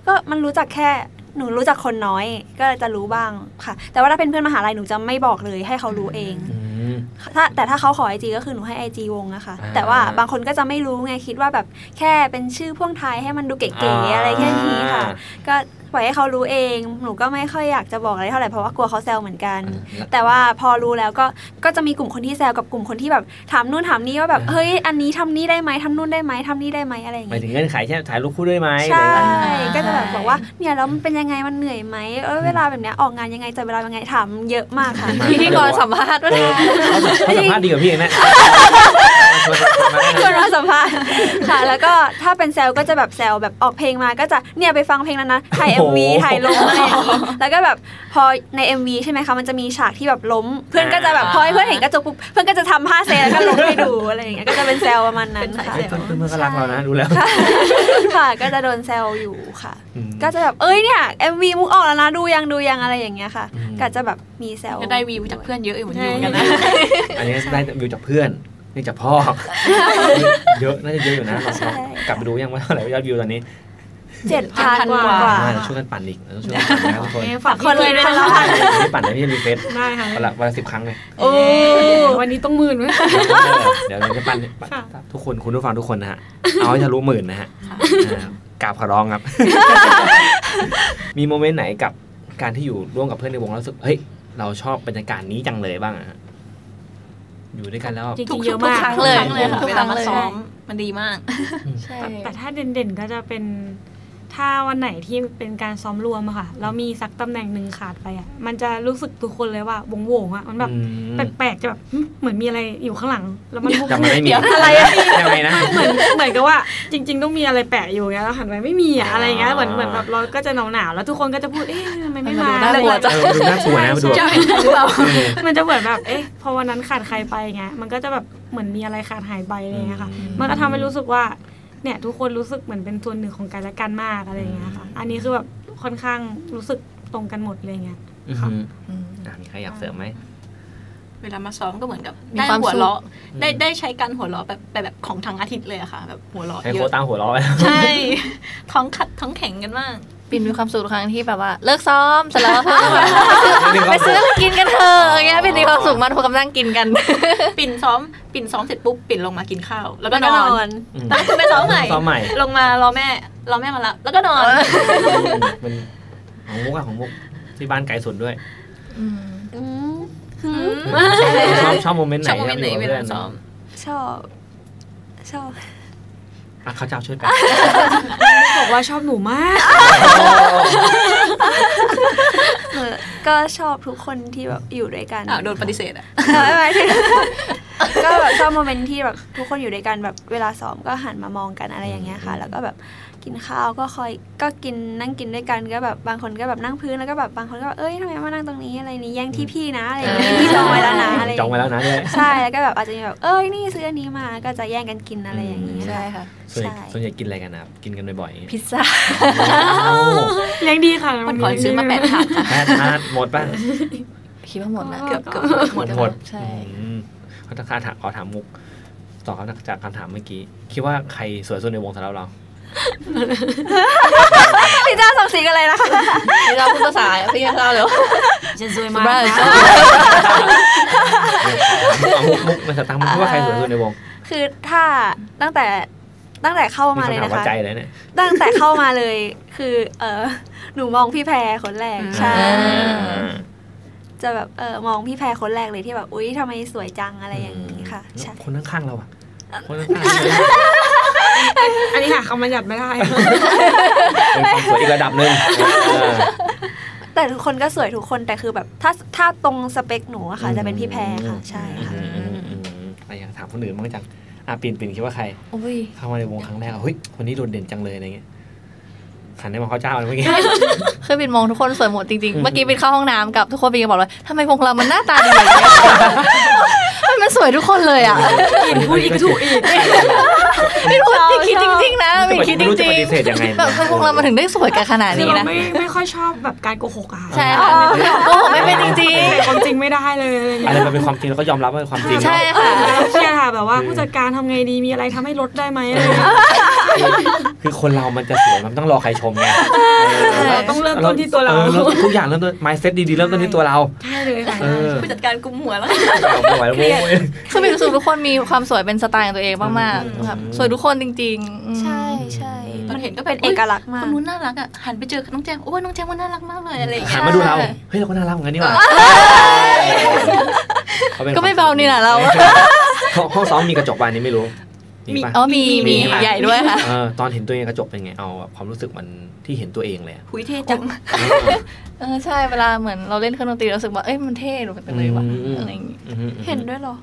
ก็มันรู้จักแค่หนูรู้จักคนน้อย ก็จะรู้บ้างค่ะ แต่ว่าถ้าเป็นเพื่อนมหาลัยหนูจะไม่บอกเลยให้เขารู้เอง อืม ถ้าแต่ถ้าเขาขอไอจีก็คือหนูให้ไอจีวงนะคะ อ่า แต่ว่าบางคนก็จะไม่รู้ไงคิดว่าแบบแค่เป็นชื่อพ่วงท้ายให้มันดูเก๋ๆอะไรแค่นี้ค่ะ ก็ปล่อยให้เขารู้เอง หนูก็ไม่ค่อยอยากจะบอกอะไรเท่าไหร่เพราะว่ากลัวเขาแซวเหมือนกัน อ่ะแล้ว แต่ว่าพอรู้แล้วก็ก็จะมีกลุ่มคนที่แซวกับกลุ่มคนที่แบบถามนู่นถามนี่ว่าแบบเฮ้ยอันนี้ทำนี่ได้ไหมทำนู่นได้ไหมทำนี่ได้ไหมอะไรอย่าง หมายเงี้ยถึงเงื่อนไขใช่ถ่ายรูปคู่ด้วยไหม ใช่ อะไรอย่างเงี้ย ก็จะแบบบอกว่าเนี่ยแล้วมันเป็นยังไงมันเหนื่อยไหมเออเวลาแบบเนี้ยออกงานยังไงจะเวลายังไงถามเยอะมากค่ะ มาก (laughs) พิธีกรสัมภาษณ์ เออเขาสัมเขาสัมภาษณ์ดีกว่าพี่เองนะชวนมา (laughs) ได้ ช นะ วนมาสัมภาษณ์ค่ะ แล้วก็ถ้าเป็นแซลก็จะแบบแซลแบบออกเพลงมาก็จะเนี่ยไปฟังเพลงนั้นนะถ่าย MV ถ่ายลงอะไรอย่างนี้แล้วก็แบบพอใน MV ใช่ไหมคะมันจะมีฉากที่แบบล้ม เพื่อนก็จะแบบพอให้เพื่อนเห็นกระจกปุ๊บเพื่อนก็จะทำผ้าเซลแล้วก็ล้มให้ดูอะไรอย่างเงี้ยก็จะเป็นแซลประมาณนั้นค่ะ เฮ้ยเพื่อนเพื่อนก็รักเรานะดูแล้ว ค่ะค่ะก็จะโดนแซลอยู่ค่ะ อืม ก็จะแบบเอ้ยเนี่ย MV มุกออกแล้วนะดูยังดูยังอะไรอย่างเงี้ยค่ะ อืม ก็จะแบบมีแซว ก็ได้วิวจากเพื่อนเยอะอยู่เหมือนกันนะ อันนี้ได้วิวจากเพื่อนนี่จากพ่อ เยอะน่าจะเยอะอยู่นะเราเรากลับไปดูยังว่าเท่าไหร่ยอดวิวตอนนี้ เจ็ดพัน 7,000 กว่า ค่ะ ว่าเราช่วยกันปั่นอีกเราต้องช่วยกันปั่นนะทุกคน เอ้ยฝากคนเลยนะ ละพัน ไม่ปั่นนะพี่จะมีเฟซ ได้ค่ะ วันละวันละสิบครั้งเลย โอ้วันนี้ต้องหมื่นไหม เดี๋ยวเราจะปั้น ค่ะ ทุกคนคุณผู้ฟังทุกคนนะฮะ เอาให้ทะลุหมื่นนะฮะอ่ากราบขอร้องครับ มีโมเมนต์ไหนกับการที่อยู่ร่วมกับเพื่อนในวงแล้วรู้สึกเฮ้ยเราชอบบรรยากาศนี้จังเลยบ้างอะฮะอยู่ด้วยกันแล้ว จริง ทุก ๆ ๆ เยอะมาก ทุกครั้งเลย ทุกครั้งเลยค่ะ ทุกครั้งเลยซ้อมมันดีมาก ใช่ แต่ถ้าเด่นๆก็จะเป็นถ้าวันไหนที่เป็นการซ้อมรวมอะค่ะแล้วมีสักตำแหน่งหนึ่งขาดไปอะมันจะรู้สึกทุกคนเลยว่าวงโหวงอะมันแบบ อืม แปลกๆจะแบบหึเหมือนมีอะไรอยู่ข้างหลัง แล้วมัน จำไม่ได้มี เดี๋ยว อะไรอะอะไรนะ เหมือนเหมือนกับว่าจริง ๆ ต้องมีอะไรแปะอยู่เงี้ยแล้วหันไปไม่มีอะอะไรเงี้ยเหมือนเหมือนแบบเราก็จะหนาวๆแล้วทุกคนก็จะพูดเอ๊ะทำไมไม่มา น่ากลัวจัง เออ (laughs) ดูน่ากลัวนะดู ใช่ เรา มันจะเหมือนแบบเอ๊ะพอวันนั้นขาดใครไปไงมันก็จะแบบเหมือนมีอะไรขาดหายไปอะไรเงี้ยค่ะ มันก็ทำให้รู้สึกว่าเนี่ยทุกคนรู้สึกเหมือนเป็นส่วนหนึ่งของกันและกันมากอะไรเงี้ยค่ะ อันนี้คือแบบค่อนข้างรู้สึกตรงกันหมดเลยเงี้ย อืม อืม อ่ะมีใครอยากเสริมไหม เวลามาซ้อมก็เหมือนกับ มี ได้ ความสุข หัวเราะได้ อืม ได้ใช้การหัวเราะแบบแบบของทางอาทิตย์เลยอะค่ะแบบหัวเราะ ให้ เย โค้ช อะ ตามหัวเราะไป ใช่ (laughs) ท้องขัดท้องแข็งกันมาก ปินมีความสุขทุกครั้งที่แบบว่า เลิกซ้อมเสร็จแล้วก็ (laughs) ไปซื้ออะไรกินกันเถอะอย่างเงี้ยปินมีความสุขมากทุกคนนั่งกินกัน ปิ่นซ้อมปิ่นซ้อมเสร็จปุ๊บปิ่นลงมากินข้าว แล้ว ก็ ก็ น น อ อน น อืม แล้วก็คุณไปซ้อมใหม่ ซ้อมใหม่ ลงมารอแม่รอแม่มารับแล้วก็นอน มันของมุกอะของมุกที่บ้านไกลสุดด้วย อืม ชอบชอบโมเมนต์ไหน ชอบโมเมนต์ไหน ครั เว ยู่กับลาพื่น ซ้อม ชอบ ชอบ (laughs) อ่ะเขาจะเอาช่วยไป บอกว่าชอบหนูมาก เออก็ชอบทุกคนที่แบบอยู่ด้วยกัน อ่ะโดนปฏิเสธอ่ะ เอ (laughs) อไม่ไม่ (laughs) ถึงก็แบบชอบโมเมนต์ที่แบบทุกคนอยู่ด้วยกันแบบเวลาซ้อมก็หันมามองกันอะไรอย่างเงี้ยค่ะ แล้วก็แบบกินข้าวก็คอยก็กินนั่งกินด้วยกันก็แบบบางคนก็แบบนั่งพื้นแล้วก็แบบบางคนก็แบบเอ้ยทำไมมานั่งตรงนี้อะไรนี้แย่งที่พี่นะอะไรอย่างเงี้ยพี่จองไว้แล้ว (laughs) นะอะไร จองไว้แล้วนะด้วย ใช่แล้วก็แบบอาจจะมีแบบเอ้ยนี่ซื้ออันนี้มาก็จะแย่งกันกินอะไร (laughs) อย่างเงี้ย ใช่ค่ะ ส่วนใหญ่ ใช่ ส่วนใหญ่กินอะไรกันนะครับกินกันบ่อยๆ พิซซ่า โอ้โห ยังดีค่ะ วันก่อนซื้อมาแปดถัง แพทย์ทานหมดป่ะ คิดว่าหมดนะ เกือบ หมดหมด ใช่ อืมขอถามขอถามมุกต่อครับจากคำถามเมื่อกี้ คิดว่าใครสวยสุดในวงสำหรับเรา พี่เจ้าสมศรีกันเลยนะคะ พี่เราพูดภาษาพี่เราเร็ว ฉันซวย สุ มาก บ้า นะ สุด เอามุกมุกมันสตังค์มุกคิดว่าใครสวยสุดในวง คือถ้าตั้งแต่ตั้งแต่เข้า มี มาเล คำ ย ถาม นะ ว่า คะ ใจเลยเนี่ย ตั้งแต่เข้ามาเลยคือเออหนูมองพี่แพรคนแรกใช่ จะแบบเออมองพี่แพรคนแรกเลยที่แบบอุ๊ยทำไมสวยจังอะไรอย่างนี้ค่ะ อืม ใช่ คนข้างๆเราอะคนข้าง อันนี้หาคำบรรยัติไม่ได้ ๆเป็นความสวยอีกระดับหนึ่งเออ แต่ทุกคนก็สวยทุกคนแต่คือแบบถ้าถ้าตรงสเปคหนูอะค่ะ จะเป็นพี่แพรค่ะใช่ค่ะ อืมอืมอืมอืมอะไรอย่างถามคนอื่นบ้างจังอ่ะปิ่นปิ่นคิดว่าใคร อุ้ย เข้ามาในวงครั้งแรกอะเฮ้ยคนนี้โดดเด่นจังเลยอะไรเงี้ยขันได้มาเข้าเจ้าเลยเมื่อกี้ (laughs) เคยบินมองทุกคนสวยหมดจริง อืม ๆ เมื่อกี้บินเข้าห้องน้ำกับทุกคนบินก็บอกเลยทำไมพวกเรามันหน้าตาดีแบบนี้ทำไมมันสวยทุกคนเลยอ่ะ ปิ่นพูดอีกถูกอีก บินพูดจริงคิดจริงๆนะบินคิดจ ไม่รู้จะ ริ ป ง ฏิเสธยังไง ๆแบบทำไมพวกเรามันถึงได้สวยกันขนาด คือ นี้ เรา นะ ไม่ไม่ค่อยชอบแบบการโกหกอะค่ะ ใช่ค่ะโอ้โหไม่เป็นจริง แต่ความจริงไม่ได้เลยอะอะไรไรเงี้ย มันเป็นความจริงแล้วก็ยอมรับว่าเป็นความจริง ๆ (laughs) ใช่ค่ะ เราเครียดค่ะแบบว่าผู้จัดการทำไงดีมีอะไรทำให้ลดได้ไหมอะไรเงี้ย คือคือคนเรามันจะสวยมันต้องรอใครชมไงเออ เราต้องเริ่มต้นที่ตัวเรา ออทุกอย่างเริ่มต้น mindset ดีๆเริ่มต้นที่ตัวเรา ใช่เลยค่ะ เออ ผู้จัดการกุมหัวแล้ว เอาไม่ไหวแล้วโว้ย คือมีรู้สึกทุกคนมีความสวยเป็นสไตล์ของตัวเองมากๆแบบสวยทุกคนจริงๆอืม ใช่ใช่ มั มัน น เห็นก็ เป็นเอกลักษณ์มา ค ก นนู้นน่ารักอ่ะหันไปเจอน้องแจมโอ้ยน้องแจมว่าน่ารักมากเลยอะไรอย่าง หันเงี้ย มาดูเรา เฮ้ยเราก็น่ารักเหมือนกันนี่หว่าขป็น ก็ไม่เบานี่แหละเรา (laughs) ห้องห้องซ้อมมีกระจกบานนี้ไม่รู้มีปะ อ๋อมีมี มี ใหญ่ด้วยค่ะ เออตอนเห็นตัวเองในกระจกเป็นไง เอาแบบความรู้สึกมันที่เห็นตัวเองเลยอะ หุยเท่จัง เออใช่เวลาเหมือนเราเล่นเครื่องดนตรีเรารู้สึกว่าเอ้ยมันเท่หนูไปเลยว่ะอะไรอย่างงี้ อืมอืมอืม เห็นด้วยเหรอ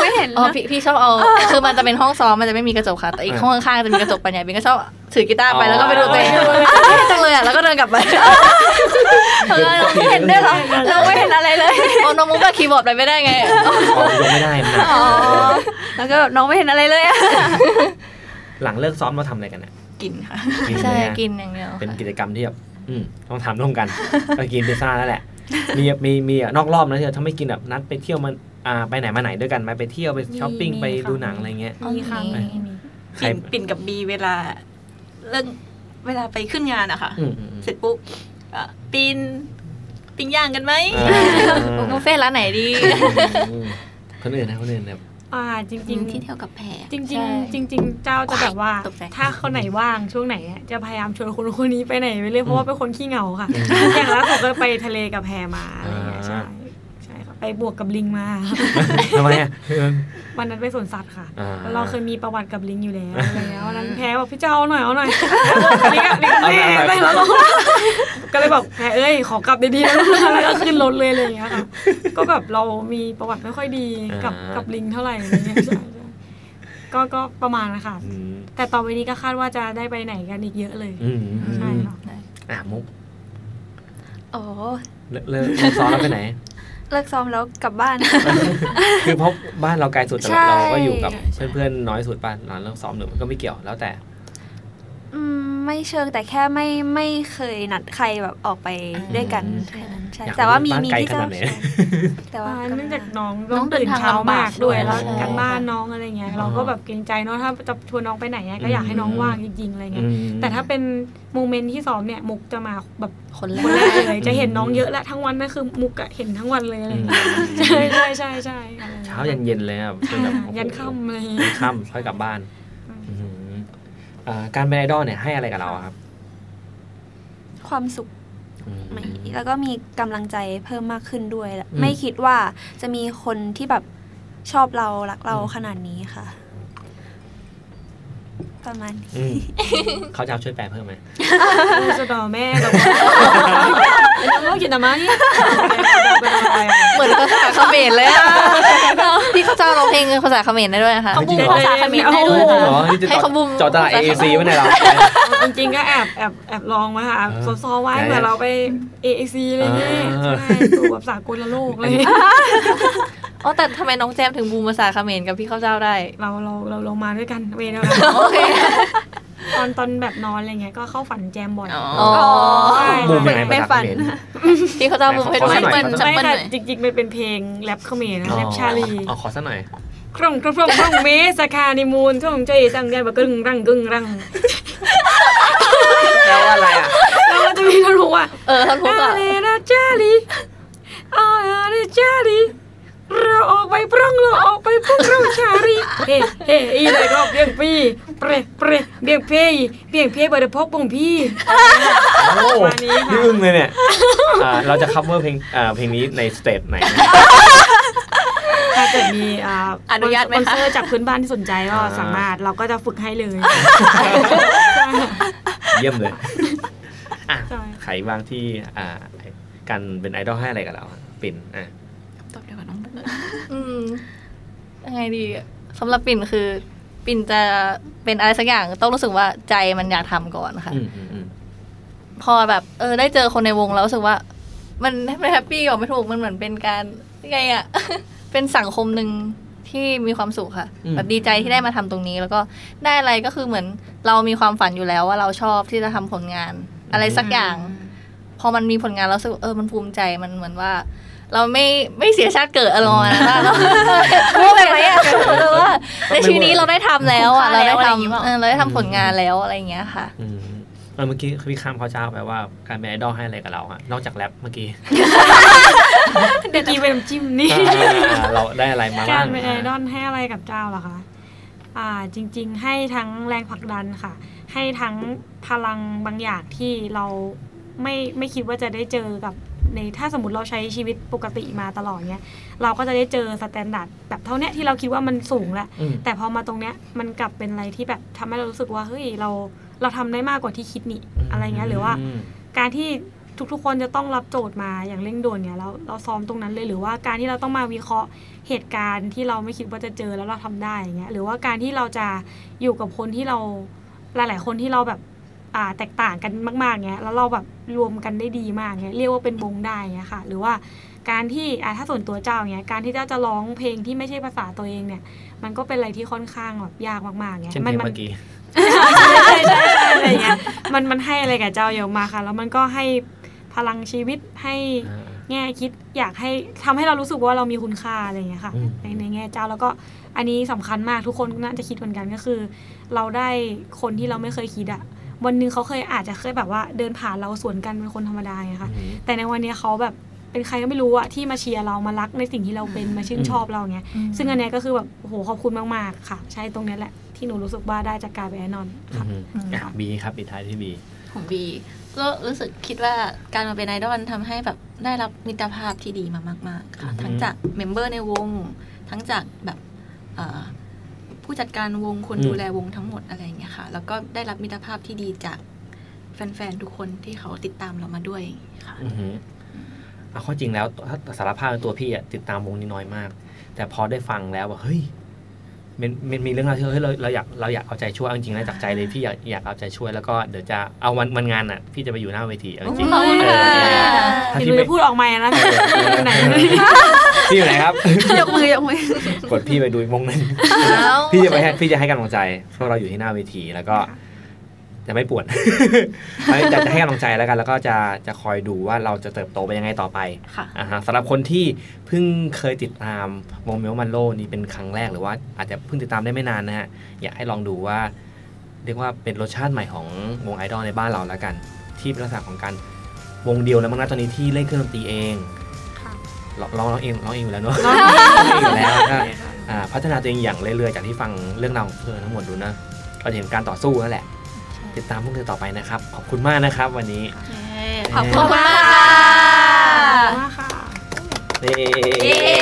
ไม่เห็น อ๋อพี่พี่ชอบเอาคือมันจะเป็นห้องซ้อมมันจะไม่มีกระจกค่ะ แต่อีกห้องข้างๆจะมีกระจกปัญญาบินก็ชอบถือกีตาร์ไปแล้วก็ไปดูตัวเองเท่จังเลยอ่ะแล้วก็เดินกลับไปเออเราไม่เห็นด้วยเหรอเราไม่เห็นอะไรเลยโอ้น้องมุกกับคีย์บอร์ดไปไม่ได้ไง ออกยกไม่ได้มันหนัก อ๋อ แล้วก็น้องไม่เห็นอะไรเลยอะ หลังเลิกซ้อมเราทำอะไรกันอ่ะ กินค่ะ กิน ใช่ ไหมอะ กินอย่างเดียวค่ะ เป็นกิจกรรมที่แบบอืมต้องทำร่วมกันก็กินพิซซ่าแล้วแหละ มีมีมีอะนอกรอบนะที่ถ้าไม่กินแบบนัดไปเที่ยวมันอ่าไปไหนมาไหนด้วยกันไหมไปเที่ยวไปช้อปปิ้งไปดูหนังอะไรเงี้ย มีค่ะมี ใคร ปิ่นปิ่นกับบีเวลาเรื่องเวลาไปขึ้นงานอะค่ะ อืมอืมอืม เสร็จปุ๊บอ่ะปิ่นปิ้งย่างกันไหม บุฟเฟ่ต์ร้านไหนดี คนอื่นนะคนอื่นแบบ อ่าจ จ ริ ริ ง ง ๆ ที่เที่ยวกับแพร จริง ใช่ ๆจริง ๆ เจ้าจะแบบว่า ตกใจ ถ้าคนไหนว่างช่วงไหนอะจะพยายามชวนคนคนนี้ไปไหนไปเรื่อยเพ อื ราะ ม ว่าเป็นคนขี้เหงาค่ะ อืม อย่างล่าสุดก็ไปทะเลกับแพรมาอะไรอย่างเงี้อ่ายใช่ใช่ค่ะไปบวกกับลิง (laughs) มา ทำไมอ่ะ วันนั้นไปสวนสัตว์ค่ะ อ่า เราเคยมีประวัติกับลิงอยู่แล้วอะไร (laughs) เงี้ยวันนั้นแพรบอกพี่เจ้าเอาหน่อยเอาหน่อยลิงอะลิงแม่ได้แล้วเรา (laughs) ก็เลยบอกแพรเอ้ยขอกลับดี (laughs) ๆนะแล้วก็ขึ้นรถเลยอะไรอย่างเงี้ยค่ะก็แบบเรามีประวัติไม่ค่อยดีกับ อ่ากั กับลิงเท่าไหร่อะไรเงี้ยใช่ใช่ก็ก็ประมาณนะคะ อืม แต่ต่อไปนี้ก็คาดว่าจะได้ไปไหนกันอีกเยอะเลย อืม ใช่ อืม ค่ะ อ่ะมุก อ๋อ เลิกเลิกเลิกซ้อมแล้วไปไหน เลิกซ้อมแล้วกลับบ้าน คือเพราะบ้านเราไกลสุดแต่ ใช่ เราก็อยู่กับเพื่อนๆน้อยสุดบ้านหลังเลิกซ้อมหรือมันก็ไม่เกี่ยวแล้วแต่ อืมไม่เชิงแต่แค่ไม่ไม่เคยนัดใครแบบออกไปด้วยกัน อืม แค่นั้นใช่ อยากรู้ แต่ว่ามี บ้าน มี ไกล ที่ ข เจ้า นาดไหน ใช่แต่ว่า อ่า ก็ เนื่องจาก ไม่ น้อง น้องเดิน ตื่น ทาง เช้า ลำบาม าก กด้วย ด้วย แล้ว ใช่ กันบ้านน้องอะไรเงี้ยเราก็แบบเกรงใจเนาะถ้าจะชวนน้องไปไหนอะก็อยากให้น้องว่างจริงๆอะไรเงี้ย อืม แต่ถ้าเป็นโมเมนต์ที่ซ้อมเนี่ยมุกจะมาแบบ คนแร คน ก แรกเลยจะเห็นน้องเยอะและทั้งวันนั่นคือมุกอะเห็นทั้งวันเลยอะไร อืม เงี้ยใช่ใช่ใช่ใช่อะไรงี้ย เช้ายันเย็นเลยอ่ะเป็นแบบโอ้โห (laughs) ยันค่ำอะไรเลย ยันค่ำค่อยกลับบ้าน อืม อืมเอ่อการเป็นไอดอลเนี่ยให้อะไรกับเราอะครับ ความสุข อืม ไหมแล้วก็มีกำลังใจเพิ่มมากขึ้นด้วยแหละ อืม ไม่คิดว่าจะมีคนที่แบบชอบเรารักเราขนาดนี้ค่ะ ประมาณนี้ อืมเขาจะเอาช่วยแปลเพิ่มไหม จะดอแม่เราเรากินแต่มานี่ เหมือนภาษาเขมรเลยอะพี่เขาจะร้องเพลงภาษาเขมรได้ด้วยนะคะ เขา บุ้งภาษาเขมรได้ด้วย เฮ้ยจริงเหรอนี่จะ ให้เขาบุม จอดตลาดเอซีไว้ในเรา จริงๆก็แอบแอบแอบลองมาค่ะ เออ ซ้อๆไว้เผื่อเราไป AAC อะไรเงี้ย เออ ใช่สู่แบบสากลโลกอะไรเลย อ๋อแต่ทำไมน้องแจมถึงบูมภาษาเขมรกับพี่เขาเจ้าได้ เราเราเราลงมาด้วยกันเวรเรา โอเค ตอนตอนแบบนอนอะไรเงี้ยก็เข้าฝันแจมบ่อย อ๋อ อ๋อ ใช่ มุมยังไง ไม่ ภาษา ฝัน เขมร พี่เขาจะเอามุมเพชร ขอ ไว้ สักหน่อย เหมือนจับ ไม่ มันห ค่ะ น่อย จริงๆมันเป็นเพลงแรปเขมรนะแรปชาลี อ๋ออ๋อขอสักหน่อย คร่งคร่งคร่งคร่งเมสคานิมูลท่องใจตั้งใจบะกึ่งรังกึ่งรัง แปลว่าอะไรอ่ะ แล้วมันจะมีท่อนรู้ว่า เออท่อนฮุก อา อะ เลนะเจาลีอาเลนะเจาลีเราออกไปพร่องเราออกไปพร่องเราชาลีเฮ้เฮ้อีไรก็เบียงพี่เปรเปรเบียงเพยเบียงเพยบริพกบงพี่ โอ้ ประมาณนี้ค่ะ นี่อึ้งเลย (laughs) เนี่ยอ่าเราจะ cover เพลงอ่าเพลงนี้ในสเตจไหนนะ ถ้าเกิดมีอ่า อนุญาตไหม คอคะนเซอร์จากพื้นบ้านที่สนใจก็ อ่า สามารถเราก็จะฝึกให้ (laughs) เลย เยี่ยมเลยอ่ะ ใช่ ใครบ้างที่อ่าการเป็นไอดอลให้อะไรกับเราอ่ะปิ่นอ่ะ ตอบเดียวกับน้องเตอร์ อืมยังไงดีสำหรับปิ่นคือ ปิ่นจะเป็นอะไรสักอย่างต้องรู้สึกว่าใจมันอยากทำก่อนค่ะ อืมอืมอืม พอแบบ เออ ได้เจอคนในวงแล้วรู้สึกว่า มันไม่แฮปปี้ออกไม่ถูกมันเหมือนเป็นการยังไงอะ (laughs) เป็นสังคมหนึ่งที่มีความสุขค่ะ แบบดีใจที่ได้มาทำตรงนี้ แล้วก็ได้อะไรก็คือเหมือนเรามีความฝันอยู่แล้วว่าเราชอบที่จะทำผลงาน อะไรสักอย่าง พอมันมีผลงานแล้วรู้สึกว่าเออมันภูมิใจมันเหมือนว่า เราไม่ไม่เสียชาติเกิดอะไรประมาณนั้น (laughs) อะเราพูดแบบนี้อะแต่ว่าในชีวิตนี้เราได้ทำแล้วอะเราได้ทำเออเราได้ทำผลงานแล้วอะไรอย่างเงี้ยค่ะ อืมเออเมื่อกี้พี่ข้ามเขาเช้าไปว่าการเป็นไอดอลให้อะไรกับเราอ่ะนอกจากแรปเมื่อ (laughs) กี้ เด็กกีเป็นน้ำจิ้มนี่ อ่าเราได้อะไรมา การ บ้าง เป็นไอดอลให้อะไรกับเจ้าเหรอคะ อ่า จริง ๆ ให้ทั้งแรงผลักดันค่ะ ให้ทั้งพลังบางอย่างที่เราไม่ไม่คิดว่าจะได้เจอกับในถ้าสมมติเราใช้ชีวิตปกติมาตลอดเนี้ย เราก็จะได้เจอสแตนดาร์ดแบบเท่าเนี้ยที่เราคิดว่ามันสูงแล้ว อืม แต่พอมาตรงเนี้ยมันกลับเป็นอะไรที่แบบทำให้เรารู้สึกว่าเฮ้ยเราเราทำได้มากกว่าที่คิดนี่อะไรเงี้ยหรือว่า ม การที่ทุกๆ คนจะต้องรับโจทย์มาอย่างเร่งด่วนเนี่ยเราเราซ้อมตรงนั้นเลยหรือว่าการที่เราต้องมาวิเคราะห์เหตุการณ์ที่เราไม่คิดว่าจะเจอแล้วเราทำได้อย่างเงี้ยหรือว่าการที่เราจะอยู่กับคนที่เราหลาย ๆ คนที่เราแบบอ่าแตกต่างกันมากๆเงี้ยแล้วเราแบบรวมกันได้ดีมากเงี้ยเรียกว่าเป็นวงได้เงี้ยค่ะ หรือว่าการที่อ่าถ้าส่วนตัวเจ้าเงี้ยการที่เจ้าจะร้องเพลงที่ไม่ใช่ภาษาตัวเองเนี่ย มันก็เป็นอะไรที่ค่อนข้างแบบยากมากๆเงี้ย เช่นเพ มั ลง มั เมื่อกี้ ใช่ใช่ใช่อะไรอย่างเงี้ย (laughs) มันมันให้อะไรกับเจ้าเยอะมากค่ะ แล้วมันก็ให้พลังชีวิตให้แง่คิดอยากให้ทำให้เรารู้สึกว่าเรามีคุณค่าอะไรอย่างเงี้ยค่ะ อืม ในในแง่เจ้าแล้วก็อันนี้สำคัญมากทุกคนน่าจะคิดเหมือนกันก็คือ เราได้คนที่เราไม่เคยคิดอะวันหนึ่งเขาเคยอาจจะเคยแบบว่าเดินผ่านเราสวนกันเป็นคนธรรมดาไงค่ะ อืม แต่ในวันเนี้ยเขาแบบเป็นใครก็ไม่รู้อะที่มาเชียร์เรามารักในสิ่งที่เราเป็นมาชื่นชอบเราเงี้ย อืม ซึ่งอันเนี้ยก็คือแบบโอ้โหขอบคุณมากๆค่ะ ใช่ตรงเนี้ยแหละที่หนูรู้สึกว่าได้จากการไปแอนนอนค่ะ อืมอ่ะบีครับปิดท้ายที่บี ของบีก็รู้สึกคิดว่าการมาเป็นไอดอลทำให้แบบได้รับมิตรภาพที่ดีมามาก ๆ ค่ะ อือฮึ ทั้งจากเมมเบอร์ในวง ทั้งจากแบบเอ่อผู้จัดการวงคนดูแลวงทั้งหมดอะไรอย่างเงี้ยค่ะ แล้วก็ได้รับมิตรภาพที่ดีจากแฟน ๆ ทุกคนที่เขาติดตามเรามาด้วยค่ะ อือหือเอาข้อจริงแล้วถ้าสารภาพในตัวพี่อะติดตามวงนี้น้อยมาก แต่พอได้ฟังแล้วว่าเฮ้ยมันมันมีเรื่องราวที่เฮ้ยเราเราอยากเราอยากเอาใจช่วยเอาจริงๆนะจากใจเลยพี่อยากอยากเอาใจช่วยแล้วก็เดี๋ยวจะเอาวันวันงานอ่ะ พี่จะไปอยู่หน้าเวทีเอาจริง ขอบคุณ เอ (laughs) ค่ะ อถ้า เดี๋ยวพี่หนู ไม่ จะพูดออกมานะไหน พี่อยู่ไหนครับ ยกมือยกมือ (laughs) กดพี่ไปดูวงนั้น แล้ว (laughs) พี่จะไปให้พี่จะให้กำลังใจพวกเราอยู่ที่หน้าเวทีแล้วก็จะไม่ปวด (laughs) จะจะให้กำลังใจแล้วกัน แล้วก็จะจะคอยดูว่าเราจะเติบโตไปยังไงต่อไป ค่ะ อ่าฮะสำหรับคนที่เพิ่งเคยติดตามวงเมลมันโลนี่เป็นครั้งแรกหรือว่าอาจจะเพิ่งติดตามได้ไม่นานนะฮะอยากให้ลองดูว่า เรียกว่าเป็นรสชาติใหม่ของวงไอดอลในบ้านเราแล้วกัน ที่เป็นลักษณะของการวงเดียวแล้วมั้งนะตอนนี้ที่เล่นเครื่องดนตรีเองร้องร้องร้องเองร้องเองอยู่แล้วเนาะ ร้องเองอยู่แล้วก็ อ่าพัฒนาตัวเองอย่างเรื่อยๆ จากที่ฟังเรื่องราวของเธอทั้งหมดดูนะเราจะเห็นการต่อสู้นั่นแหละ ติดตามพวกเธอต่อไปนะครับ ขอบคุณมากนะครับวันนี้ ขอบคุณมากค่ะ มากค่ะ เย้